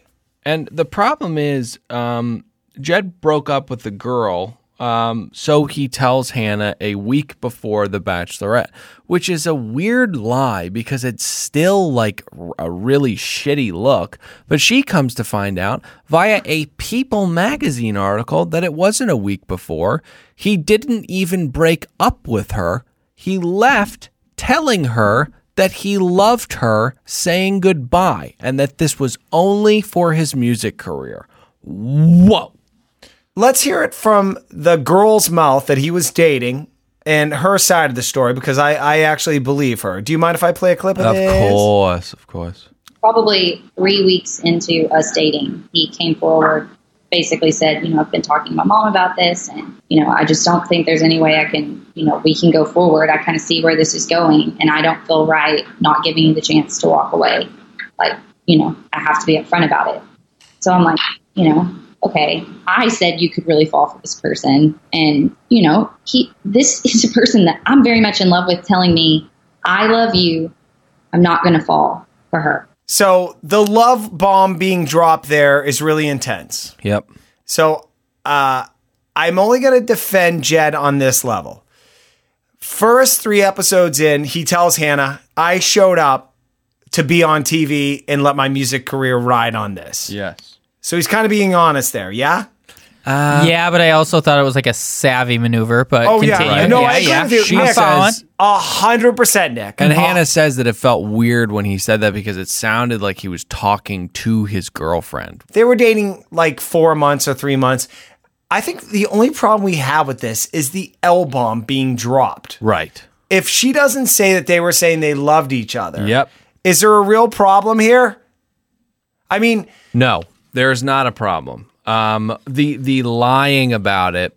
S3: And the problem is, um, Jed broke up with the girl Um, so he tells Hannah a week before The Bachelorette, which is a weird lie because it's still like r- a really shitty look. But she comes to find out via a People magazine article that it wasn't a week before. He didn't even break up with her. He left telling her that he loved her, saying goodbye, and that this was only for his music career. Whoa.
S2: Let's hear it from the girl's mouth that he was dating and her side of the story because I, I actually believe her. Do you mind if I play a clip of,
S3: Of
S2: this?
S3: course, of course.
S15: probably three weeks into us dating, he came forward, basically said, you know, I've been talking to my mom about this, and you know, I just don't think there's any way I can, you know, we can go forward. I kind of see where this is going, and I don't feel right not giving you the chance to walk away. Like, you know, I have to be upfront about it. So I'm like, you know, okay, I said you could really fall for this person, and you know, he, this is a person that I'm very much in love with, telling me, I love you. I'm not going to fall for her.
S2: So the love bomb being dropped there is really intense.
S3: Yep.
S2: So uh, I'm only going to defend Jed on this level. First three episodes in, he tells Hannah, I showed up to be on TV and let my music career ride on this.
S3: Yes.
S2: So he's kind of being honest there, yeah?
S4: yeah, but I also thought it was like a savvy maneuver. But
S2: oh,
S4: continue.
S2: yeah. No, I agree with you.
S3: She
S2: Nick,
S3: says-
S2: A hundred percent, Nick. Uh,
S3: And
S2: A
S3: Hannah says that it felt weird when he said that because it sounded like he was talking to his girlfriend.
S2: they were dating like four months or three months. I think the only problem we have with this is the L bomb being dropped.
S3: Right.
S2: If she doesn't say that they were saying they loved each other,
S3: Yep.
S2: is there a real problem here? I mean,
S3: No, there is not a problem. Um, the the lying about it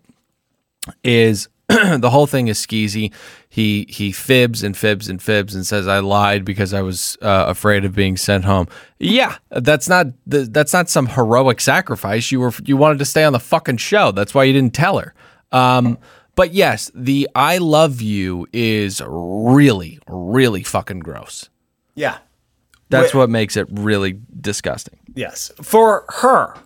S3: is [clears throat] the whole thing is skeezy. He he fibs and fibs and fibs and says I lied because I was uh, afraid of being sent home. Yeah, that's not th- that's not some heroic sacrifice. You were you wanted to stay on the fucking show. That's why you didn't tell her. Um, but yes, the I love you is really really fucking gross.
S2: yeah,
S3: That's
S2: Wh-
S3: what makes it really disgusting.
S2: yes, for her, for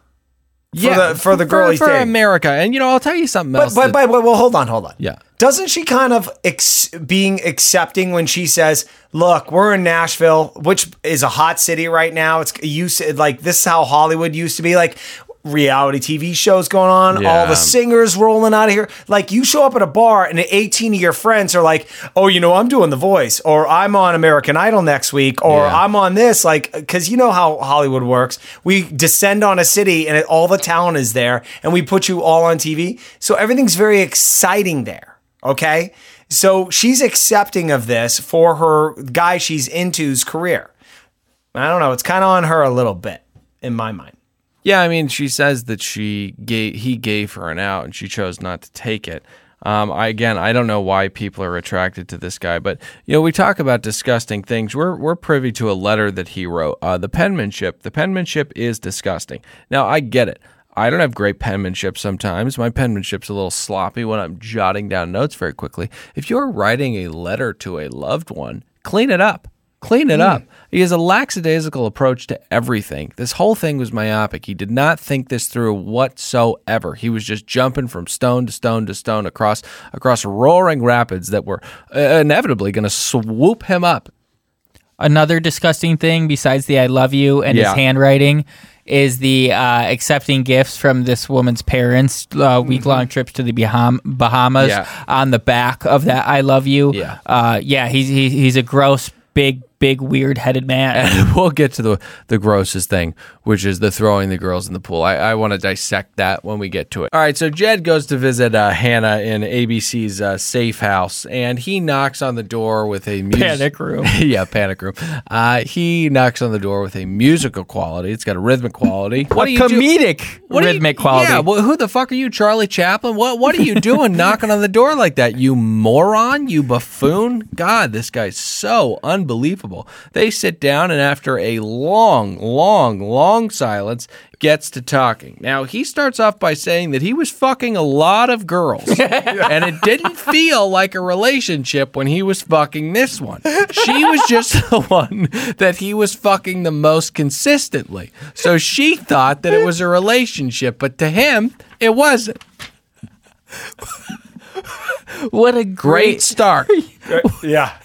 S2: the for the girl
S3: for,
S2: he's
S3: for
S2: dating.
S3: America. And you know, I'll tell you something
S2: But
S3: else.
S2: but,
S3: that-
S2: but but well, hold on, hold on.
S3: yeah,
S2: Doesn't she kind of ex- being accepting when she says, "Look, we're in Nashville, which is a hot city right now. It's you said like this is how Hollywood used to be like." Reality TV shows going on, all
S3: Yeah.
S2: the singers rolling out of here. Like you show up at a bar and 18 of your friends are like, "Oh, you know, I'm doing The Voice, or I'm on American Idol next week, or
S3: Yeah.
S2: I'm on this." Like, because you know how Hollywood works. We descend on a city and it, all the town is there, and we put you all on TV. So everything's very exciting there. Okay. So she's accepting of this for her guy she's into's career. I don't know. It's kind of on her a little bit in my mind.
S3: yeah. I mean, she says that she gave he gave her an out, and she chose not to take it. Um, I again, I don't know why people are attracted to this guy, but you know, we talk about disgusting things. We're we're privy to a letter that he wrote. Uh, the penmanship, the penmanship is disgusting. Now, I get it. I don't have great penmanship sometimes. My penmanship's a little sloppy when I'm jotting down notes very quickly. If you're writing a letter to a loved one, clean it up. Clean
S4: Hmm.
S3: it up. He has a lackadaisical approach to everything. This whole thing was myopic. He did not think this through whatsoever. He was just jumping from stone to stone to stone across across roaring rapids that were uh, inevitably going to swoop him up. [laughs]
S4: Another disgusting thing besides the "I love you" and
S3: Yeah.
S4: his handwriting is the uh, accepting gifts from this woman's parents. Uh, Week long trips to the Baham- Bahamas
S3: Yeah.
S4: on the back of that "I love you." Yeah, uh, yeah. He's he, he's a gross, big, big, weird
S3: [laughs]
S4: headed man.
S3: we'll get to the the grossest thing, which is the throwing the girls in the pool. I, I want to dissect that when we get to it. All right, so Jed goes to visit uh, Hannah in ABC's uh, safe house, and he knocks on the door with a mus-
S4: Panic room.
S3: [laughs] yeah, panic room. Uh, he knocks on the door with a musical quality. It's got a rhythmic quality. What
S4: a
S3: do you do-
S4: comedic
S3: What do you-
S4: rhythmic quality.
S3: Yeah, well, who the fuck are you, Charlie Chaplin? What What are you
S4: [laughs]
S3: doing knocking on the door like that? You moron, you buffoon! God, this guy's so unbelievable. They sit down and after a long, long, long silence, gets to talking. Now he starts off by saying that he was fucking a lot
S2: [laughs]
S3: of girls, and it didn't feel like a relationship when he was fucking this one. She was just [laughs] the one that he was fucking the most consistently. So she thought that it was a relationship, but to him, it wasn't.
S4: What a great,
S3: Great
S2: [laughs]
S3: start.
S2: yeah.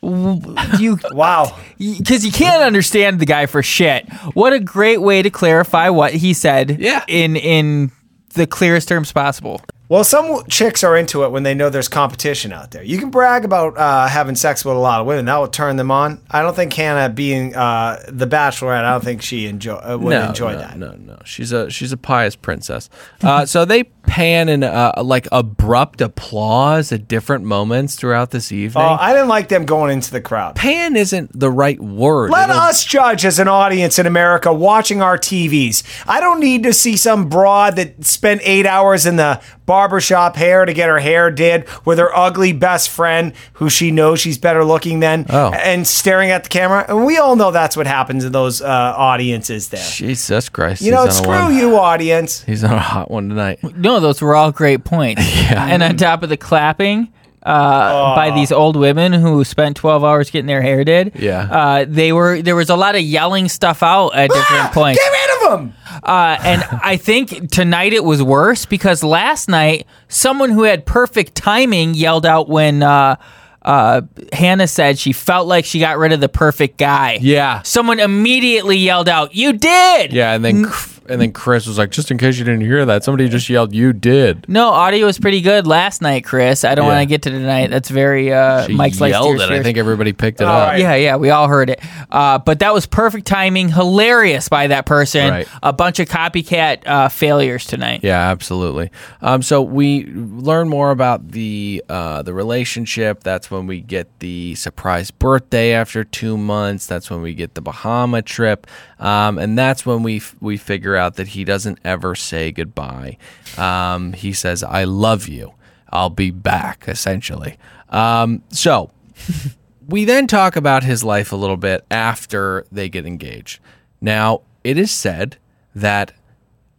S4: You
S2: wow,
S4: because you can't understand the guy for shit. What a great way to clarify what he said. Yeah. in in the clearest terms possible.
S2: Well, some chicks are into it when they know there's competition out there. You can brag about uh, having sex with a lot of women; that will turn them on. I don't think Hannah, being uh, the Bachelorette, I don't think she enjoy uh, would
S3: no,
S2: enjoy
S3: no,
S2: that.
S3: No, no, she's a she's a pious princess. Uh, so they pan in uh, like abrupt applause at different moments throughout this evening.
S2: Oh, I didn't like them going into the crowd.
S3: Pan isn't the right word.
S2: Let
S3: It'll-
S2: us judge as an audience in America watching our TVs. I don't need to see some broad that spent eight hours in the barbershop hair to get her hair did with her ugly best friend who she knows she's better looking than and staring at the camera. And we all know that's what happens in those uh, audiences there.
S3: Jesus Christ!
S2: you know,
S3: he's on a
S2: screw
S3: one.
S2: you, audience.
S3: He's on a hot one tonight.
S4: No, those were all great points. [laughs] yeah. And on top of the clapping uh, by these old women who spent 12 hours getting their hair did.
S3: Yeah.
S4: Uh, they were there was a lot of yelling stuff out at different points. Get
S2: Ah, rid of them.
S4: Uh,
S3: [laughs]
S4: and I think tonight it was worse because last night someone who had perfect timing yelled out when uh, uh, Hannah said she felt like she got rid of the perfect guy.
S3: Yeah.
S4: Someone immediately yelled out, "You did!"
S3: Yeah, and
S4: Mm.
S3: then and then Chris was like, just in case you didn't hear that, somebody just yelled, "You did."
S4: No, audio was pretty good last night, Chris. I don't
S3: Yeah.
S4: want to get to tonight. That's very uh,
S3: She
S4: Mike's like Oh,
S3: yelled it. I think everybody picked it up.
S4: Yeah, yeah, we all heard it. Uh, but that was perfect timing, hilarious by that person.
S3: Right.
S4: A bunch of copycat uh, failures tonight.
S3: Yeah, absolutely. Um, so we learn more about the uh, the relationship. That's when we get the surprise birthday after two months. That's when we get the Bahama trip, um, and that's when we f- we figure out that he doesn't ever say goodbye. Um, he says, "I love you. I'll be back." Essentially. Um, so we then talk about his life a little bit after they get engaged. Now, it is said that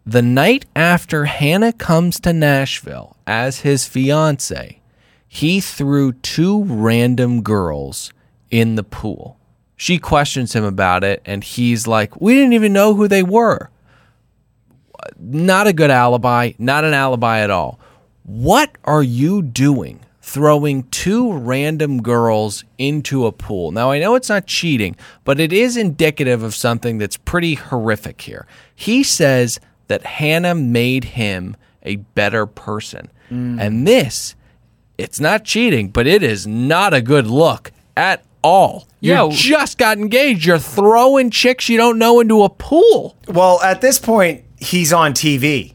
S3: the night after Hannah comes to Nashville as his fiance, he threw two random girls in the pool. She questions him about it, and he's like, We didn't even know who they were. Not a good alibi, not an alibi at all. What are you doing throwing two random girls into a pool? Now, I know it's not cheating, but it is indicative of something that's pretty horrific here. He says that Hannah made him a better person.
S16: Mm.
S3: And this, it's not cheating, but it is not a good look at all. You
S2: Yeah.
S3: just got engaged. You're throwing chicks you don't know into a pool.
S2: Well, at this point, he's on TV.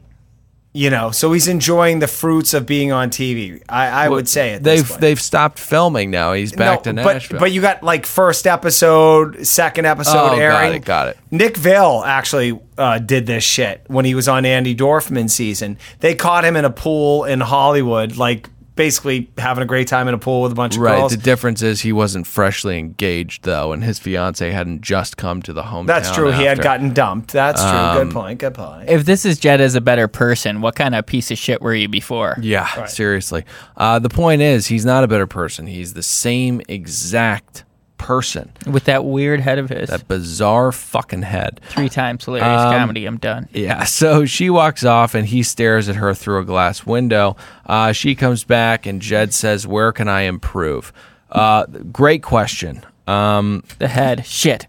S2: You know, so he's enjoying the fruits of being on TV. I, I would say at this
S3: they've
S2: point.
S3: they've stopped filming now. He's back to
S2: No,
S3: Nashville.
S2: But, but you got like first episode, second episode
S3: Oh, got
S2: airing.
S3: it, got it.
S2: Nick Vale actually uh, did this shit when he was on Andy Dorfman season. They caught him in a pool in Hollywood, like basically having a great time in a pool with a bunch of
S3: Right.
S2: girls.
S3: The difference is he wasn't freshly engaged though, and his fiance hadn't just come to the hometown.
S2: That's true. He had
S3: after.
S2: gotten dumped. That's true.
S3: Um,
S2: Good point. Good point.
S4: If this is Jed as a better person, what kind of piece of shit were you before?
S3: Yeah, seriously. Uh, the point is, he's not a better person. He's the same exact person.
S4: With that weird head of his.
S3: That bizarre fucking head.
S4: Three times hilarious
S3: Um,
S4: comedy. I'm done.
S3: Yeah, [laughs] so she walks off and he stares at her through a glass window. Uh, she comes back and Jed says, Where can I improve? Uh, great question. Um,
S4: the head. Shit.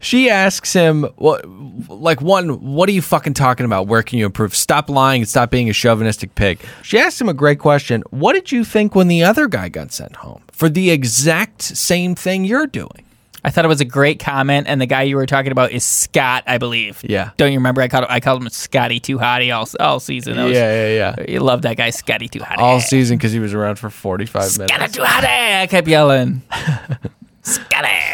S3: she asks him, "What? Like one? What are you fucking talking about? Where can you improve? Stop lying and stop being a chauvinistic pig." She asks him a great question. What did you think when the other guy got sent home for the exact same thing you're doing?
S4: I thought it was a great comment, and the guy you were talking about is Scott, I believe.
S3: Yeah.
S4: Don't you remember? I called I called him Scotty Too Hottie all all season. That was-
S3: Yeah, yeah, yeah.
S4: You love that guy, Scotty Too Hottie.
S3: All season because he was around for 45 minutes.
S4: Scotty Too Hottie. I kept [laughs] yelling.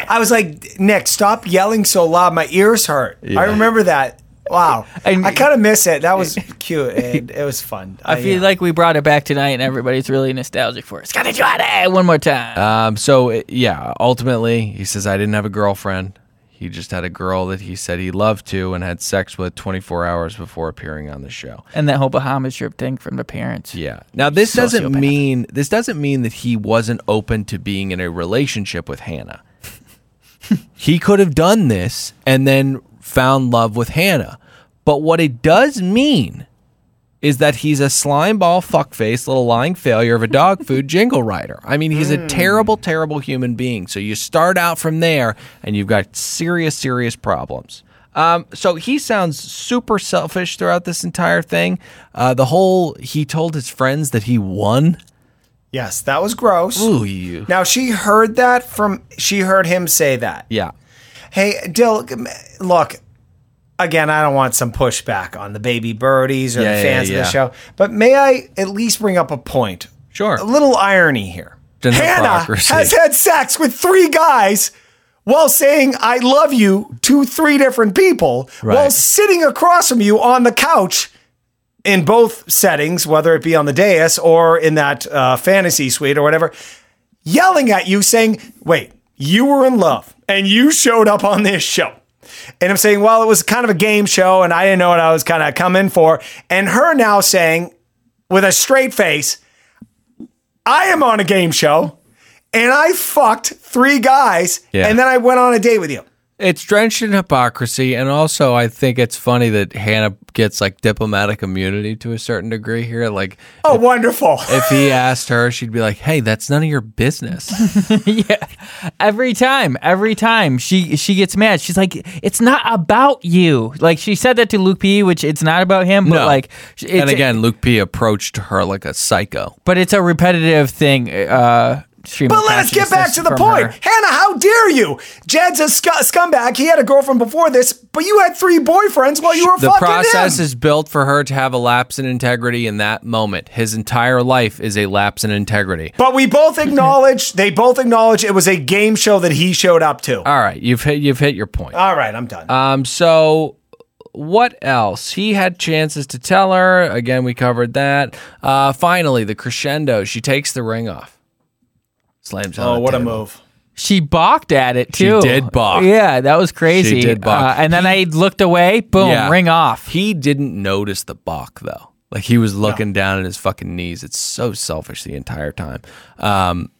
S2: I was like, Nick, stop yelling so loud. My ears hurt.
S3: Yeah.
S2: I remember that. Wow. I kind of miss it. That
S3: [laughs]
S2: was cute. and it was fun. Uh,
S4: I feel like we brought it back tonight, and everybody's really nostalgic for it. Scotty Too Hottie. One more time.
S3: Um, so it- yeah, ultimately, he says I didn't have a girlfriend. He just had a girl that he said he loved to and had sex with 24 hours before appearing on the show.
S4: And that whole Bahamas trip thing from the parents.
S3: Yeah. Now this doesn't
S4: Sociopath.
S3: mean this doesn't mean that he wasn't open to being in a relationship with Hannah. he could have done this and then found love with Hannah. But what it does mean is that he's a slimeball fuckface little lying failure of a [laughs] dog food jingle writer. I mean, he's a terrible, terrible human being. So you start out from there and you've got serious, serious problems. Um, so he sounds super selfish throughout this entire thing. Uh, the whole he told his friends that he won.
S2: Yes, that was gross.
S3: Ooh, you.
S2: Now she heard that from she heard him say that.
S3: Yeah.
S2: Hey, Dill, g- m- look, again, I don't want some pushback on the baby birdies or
S3: Yeah,
S2: the
S3: yeah,
S2: fans
S3: yeah.
S2: of the show, but may I at least bring up a point?
S3: Sure.
S2: A little irony here.
S3: Deny
S2: Hannah
S3: hypocrisy.
S2: has had sex with three guys while saying "I love you" to three different people while
S3: Right.
S2: sitting across from you on the couch. In both settings, whether it be on the dais or in that uh, fantasy suite or whatever, yelling at you saying, Wait, you were in love and you showed up on this show. And I'm saying, Well, it was kind of a game show and I didn't know what I was kind of coming for. And her now saying, with a straight face, I am on a game show and I fucked three guys
S3: Yeah.
S2: and then I went on a date with you.
S3: It's drenched in hypocrisy, and also I think it's funny that Hannah gets like diplomatic immunity to a certain degree here. Like,
S2: Oh, wonderful.
S3: if he asked her, she'd be like, "Hey, that's none of
S2: [laughs]
S3: your business."
S4: [laughs] Every time, every time she she gets mad, she's like, "It's not about you." Like she said that to Luke P, which it's not about him, but like, sh- it's,
S3: and again, Luke P approached her like a psycho.
S4: but it's a repetitive thing. Uh, stream of
S2: But let's get back
S4: consciousness
S2: to the
S4: from
S2: point.
S4: her.
S2: Hannah, how dare you? Jed's a scu- scumbag. He had a girlfriend before this, but you had three boyfriends while you were
S3: The
S2: fucking
S3: process
S2: him.
S3: is built for her to have a lapse in integrity in that moment. His entire life is a lapse in integrity.
S2: But we both acknowledge, they both acknowledge it was a game show that he showed up to.
S3: All right, you've hit you've hit your point.
S2: All right, I'm done.
S3: Um, so what else? He had chances to tell her. Again, we covered that. Uh, finally, the crescendo. She takes the ring off. Slams. it on
S2: Oh,
S3: the
S2: what a
S3: table.
S2: move.
S4: She balked at it
S3: She
S4: too.
S3: did balk.
S4: Yeah, that was crazy.
S3: She did balk.
S4: Uh, and then I looked away. Boom,
S3: Yeah.
S4: ring off.
S3: He didn't notice the balk though. Like he was looking down at his fucking knees. It's so selfish the entire time. Um,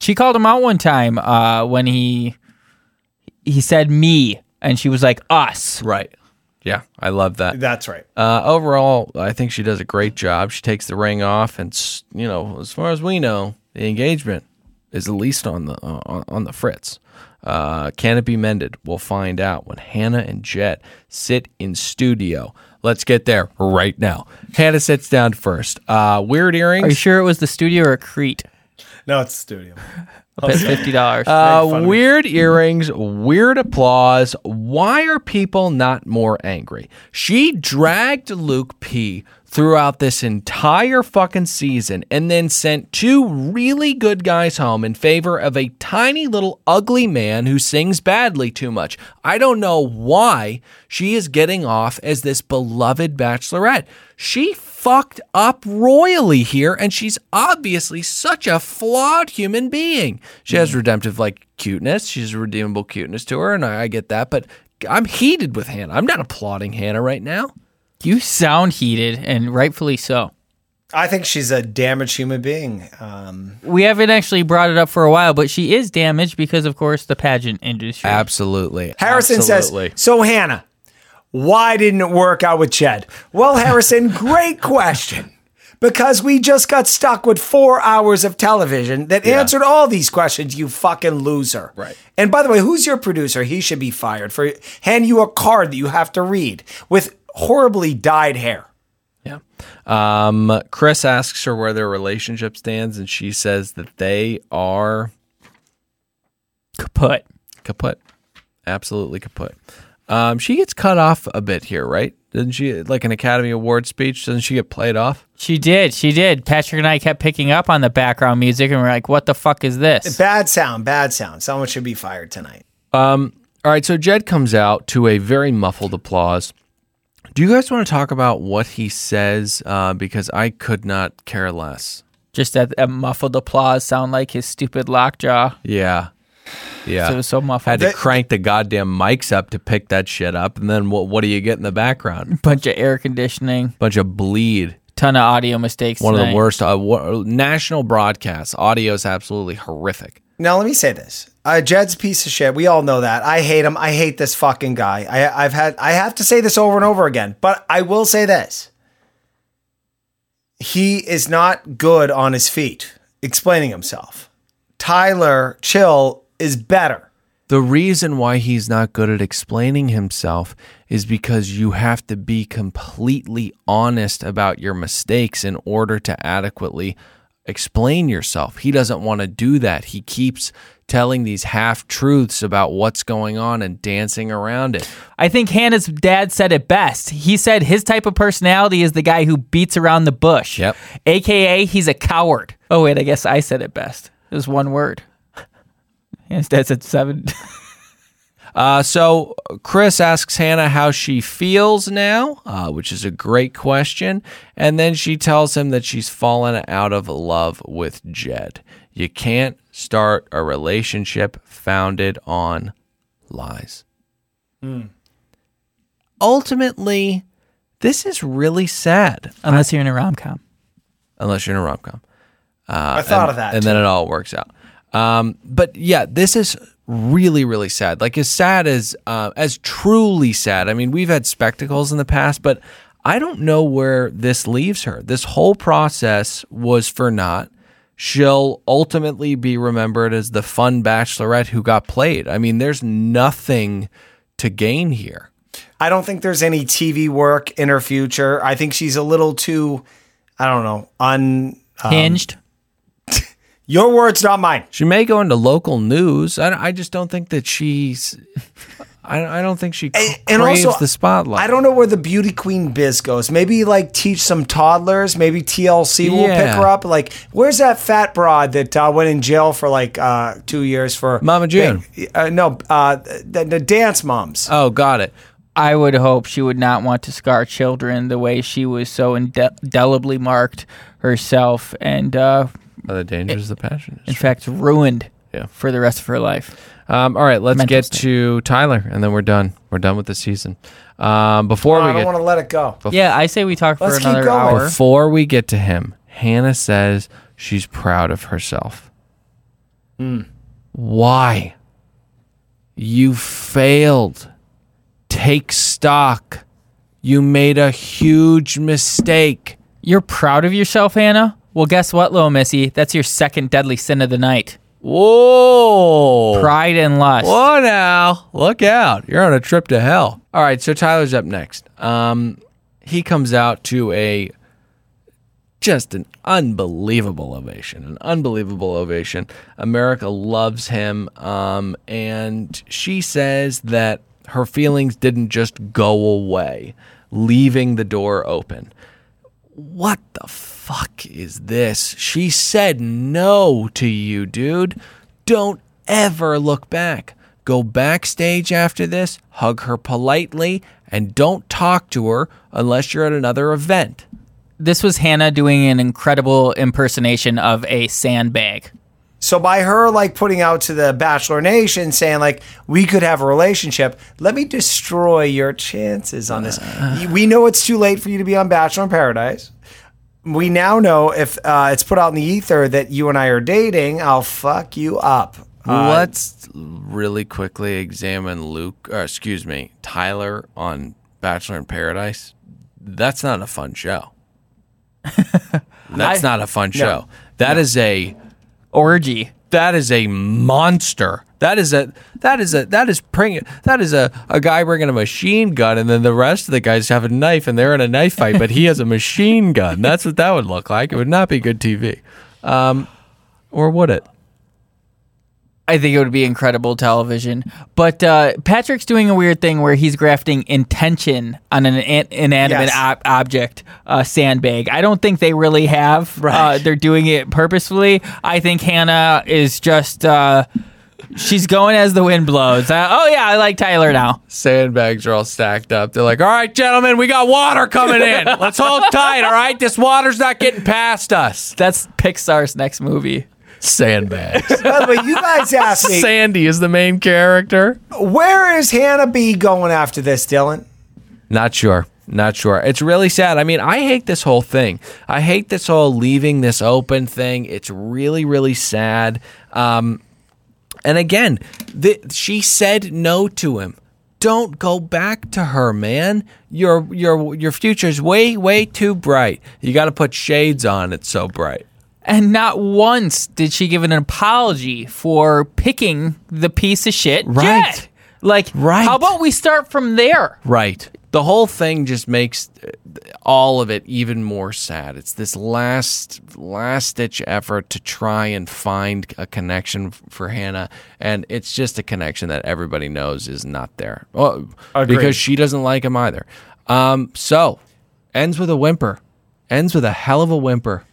S4: She called him out one time uh, when he he said me, and she was like us.
S3: Right. yeah, I love that.
S2: That's right.
S3: Uh, overall, I think she does a great job. She takes the ring off, and s- you know, as far as we know, the engagement is at least on the uh, on- on the fritz. Uh, can it be mended? We'll find out when Hannah and Jet sit in studio. Let's get there right now. Hannah sits down first. Uh, weird earrings.
S4: Are you sure it was the studio or Crete?
S2: No, it's studio.
S3: [laughs]
S4: I'll bet fifty dollars.
S3: Uh, weird earrings, weird applause. Why are people not more angry? She dragged Luke P throughout this entire fucking season and then sent two really good guys home in favor of a tiny little ugly man who sings badly too much. I don't know why she is getting off as this beloved bachelorette. She fucked up royally here, and she's obviously such a flawed human being. She has redemptive like cuteness. She's redeemable cuteness to her, and I, I get that. But I'm heated with Hannah. I'm not applauding Hannah right now.
S4: You sound heated, and rightfully so.
S2: I think she's a damaged human being. Um,
S4: We haven't actually brought it up for a while, but she is damaged because, of course, the pageant industry.
S3: Absolutely.
S2: Harrison says, So, Hannah, why didn't it work out with Jed? Well, [laughs] Harrison, great question. Because we just got stuck with four hours of television that answered all these questions, you fucking loser. Right. And by the way, who's your producer? He should be fired for hand you a card that you have to read with horribly dyed hair.
S3: Um, Chris asks her where their relationship stands, and she says that they are
S4: kaput.
S3: Kaput. Absolutely kaput. Um, she gets cut off a bit here, right? Didn't she like an Academy Award speech? Doesn't she get played off?
S4: She did. She did. Patrick and I kept picking up on the background music, and we're like, "What the fuck is this?"
S2: Bad sound, bad sound. Someone should be fired tonight.
S3: Um, all right, so Jed comes out to a very muffled applause. Do you guys want to talk about what he says? Uh, because I could not care less.
S4: Just that, that muffled applause sound like his stupid lockjaw.
S3: Yeah. Yeah.
S4: So it was so muffled.
S3: Had to crank the goddamn mics up to pick that shit up. And then what, what do you get in the background?
S4: Bunch of air conditioning.
S3: Bunch of bleed.
S4: Ton of audio mistakes.
S3: One of
S4: tonight.
S3: the worst uh, wa- national broadcasts. Audio is absolutely horrific.
S2: Now let me say this: uh, Jed's piece of shit. We all know that. I hate him. I hate this fucking guy. I, I've had. I have to say this over and over again, but I will say this: he is not good on his feet explaining himself. Tyler Chill is better.
S3: The reason why he's not good at explaining himself is because you have to be completely honest about your mistakes in order to adequately explain yourself. He doesn't want to do that. He keeps telling these half truths about what's going on and dancing around it.
S4: I think Hannah's dad said it best. He said his type of personality is the guy who beats around the bush. Yep. AKA, he's a coward. Oh, wait, I guess I said it best. It was one word. Hannah's dad said seven. [laughs]
S3: Uh, so Chris asks Hannah how she feels now, uh, which is a great question. And then she tells him that she's fallen out of love with Jed. You can't start a relationship founded on lies. Ultimately, this is really sad.
S4: Unless you're in a rom com.
S3: Unless you're in a rom com. Uh,
S2: I thought
S3: and-
S2: of that,
S3: And then it all works out. Um, but yeah, this is really, really sad. Like as sad as, uh, as truly sad. I mean, we've had spectacles in the past, but I don't know where this leaves her. This whole process was for naught. She'll ultimately be remembered as the fun bachelorette who got played. I mean, there's nothing to gain here.
S2: I don't think there's any TV work in her future. I think she's a little too, I don't know, un um,
S4: Hinged?
S2: your words, not mine.
S3: She may go into local news. I, I just don't think that she's. I, I don't think she
S2: and
S3: craves
S2: also,
S3: the spotlight.
S2: I don't know where the beauty queen biz goes. Maybe like teach some toddlers. Maybe TLC will pick
S3: Yeah.
S2: her up. Like, where's that fat broad that uh, went in jail for like uh, two years for Mama
S3: June.
S2: uh, no, uh, the, the dance moms.
S3: Oh, got it.
S4: I would hope she would not want to scar children the way she was so inde- indelibly marked herself and, uh,
S3: By the dangers of the passion.
S4: in fact, ruined
S3: Yeah.
S4: for the rest of her life.
S3: Um, all right, let's
S4: Mental
S3: get to Tyler, and then we're done. We're done with the season. Um, before
S2: No,
S3: we
S2: I don't
S3: get
S2: want to let it go.
S3: Bef-
S4: Yeah, I say we talk for
S2: Let's keep
S4: another
S2: going.
S4: hour.
S3: before we get to him, Hannah says she's proud of herself.
S2: Hmm.
S3: Why? You failed. Take stock. You made a huge mistake.
S4: You're proud of yourself, Hannah? Well, guess what, little missy? That's your second deadly sin of the night.
S3: Whoa!
S4: Pride and lust.
S3: Whoa now, look out! You're on a trip to hell. All right, so Tyler's up next. Um, he comes out to a just an unbelievable ovation, an unbelievable ovation. America loves him, um, and she says that her feelings didn't just go away, leaving the door open. What the fuck is this? She said no to you, dude. Don't ever look back. Go backstage after this, hug her politely, and don't talk to her unless you're at another event.
S4: This was Hannah doing an incredible impersonation of a sandbag.
S2: So by her like putting out to the Bachelor Nation saying like we could have a relationship, let me destroy your chances on this. we know it's too late for you to be on Bachelor in Paradise. We now know if uh, it's put out in the ether that you and I are dating, I'll fuck you up. Uh,
S3: Let's really quickly examine Luke, or excuse me, Tyler on Bachelor in Paradise. That's not a fun
S4: [laughs]
S3: show. That's
S4: I-
S3: not a fun
S4: No.
S3: show. That is a
S4: Orgy.
S3: that is a monster. That is a that is a that is bring that is a, a guy bringing a machine gun, and then the rest of the guys have a knife, and they're in a knife fight, but he has a machine gun. That's what that would look like. It would not be good TV, um, or would it?
S4: I think it would be incredible television. But uh, Patrick's doing a weird thing where he's grafting intention on an in- inanimate
S2: Yes.
S4: ob- object, uh, sandbag. I don't think they really have. Uh,
S2: Right.
S4: they're doing it purposefully. I think Hannah is just. Uh, She's going as the wind blows. Uh, oh yeah, I like Tyler now.
S3: Sandbags are all stacked up. They're like, "All right, gentlemen, we got water coming in. Let's hold tight. All right, this water's not getting past us."
S4: That's Pixar's next movie.
S3: Sandbags.
S2: by the way, you guys asked me
S3: Sandy is the main character.
S2: where is Hannah B going after this, Dylan?
S3: Not sure. Not sure. It's really sad. I mean, I hate this whole thing. I hate this whole leaving this open thing. It's really, really sad. Um, and again, th- she said no to him. don't go back to her, man. Your your your future's way way too bright. You got to put shades on. It's so bright.
S4: And not once did she give an apology for picking the piece of shit.
S3: Right.
S4: Jet. Like, right. how about we start from there?
S3: Right. The whole thing just makes uh, all of it even more sad. It's this last last ditch effort to try and find a connection f- for Hannah, and it's just a connection that everybody knows is not there. Well,
S2: Agreed.
S3: because she doesn't like him either. Um, so ends with a whimper. Ends with a hell of a whimper.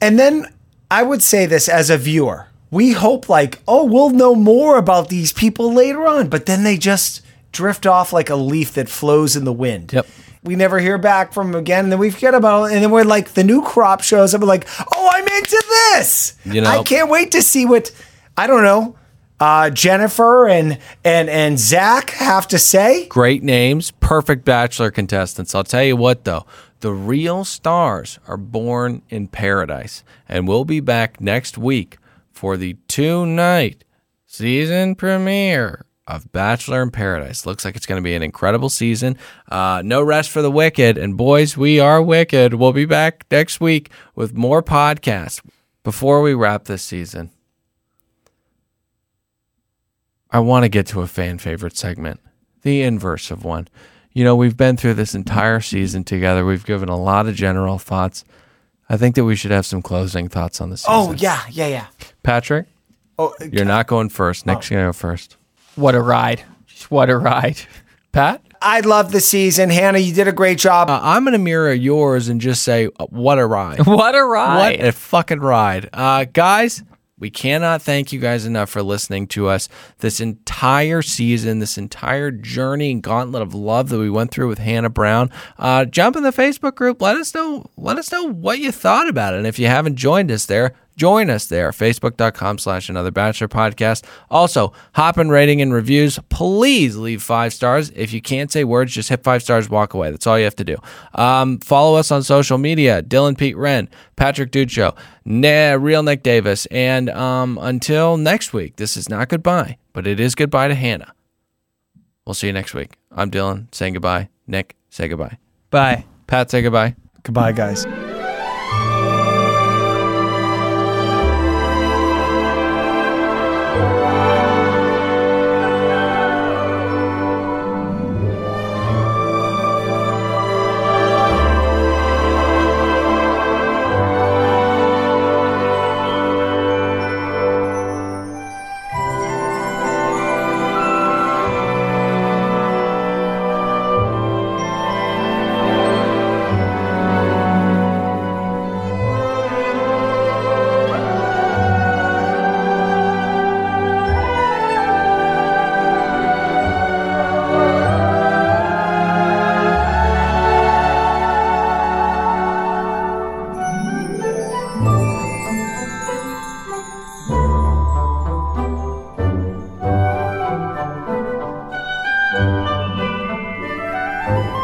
S2: And then I would say this as a viewer. We hope like, oh, we'll know more about these people later on, but then they just drift off like a leaf that flows in the wind. Yep. We never hear back from them again, and then we forget about it, and then we're like the new crop shows up and like, oh, I'm into this.
S3: You know-
S2: I can't wait to see what I don't know, uh, Jennifer and and and Zach have to say.
S3: Great names, perfect bachelor contestants. I'll tell you what though, the real stars are born in paradise. And we'll be back next week for the two night season premiere of Bachelor in Paradise. Looks like it's going to be an incredible season. Uh, no rest for the wicked. And boys, we are wicked. We'll be back next week with more podcasts. Before we wrap this season, I want to get to a fan favorite segment, the inverse of one. You know, we've been through this entire season together. We've given a lot of general thoughts. I think that we should have some closing thoughts on this.
S2: Oh yeah, yeah, yeah.
S3: Patrick,
S2: Oh,
S3: you're not going first. Nick's going to go first.
S4: What a ride. Just what a ride. Pat?
S2: I love the season, Hannah. You did a great job.
S3: Uh, I'm going to mirror yours and just say, uh, what a ride.
S4: What a ride.
S3: What a fucking ride. Uh, guys, we cannot thank you guys enough for listening to us this entire season, this entire journey and gauntlet of love that we went through with Hannah Brown. Uh, jump in the Facebook group. Let us know. Let us know what you thought about it. And if you haven't joined us there, join us there facebook.com slash another bachelor podcast also hop in rating and reviews please leave five stars if you can't say words just hit five stars walk away that's all you have to do um, follow us on social media dylan pete wren patrick dude show nah, real nick davis and um, until next week this is not goodbye but it is goodbye to hannah we'll see you next week i'm dylan saying goodbye nick say goodbye
S4: bye
S3: pat say goodbye
S2: goodbye guys
S16: Thank you.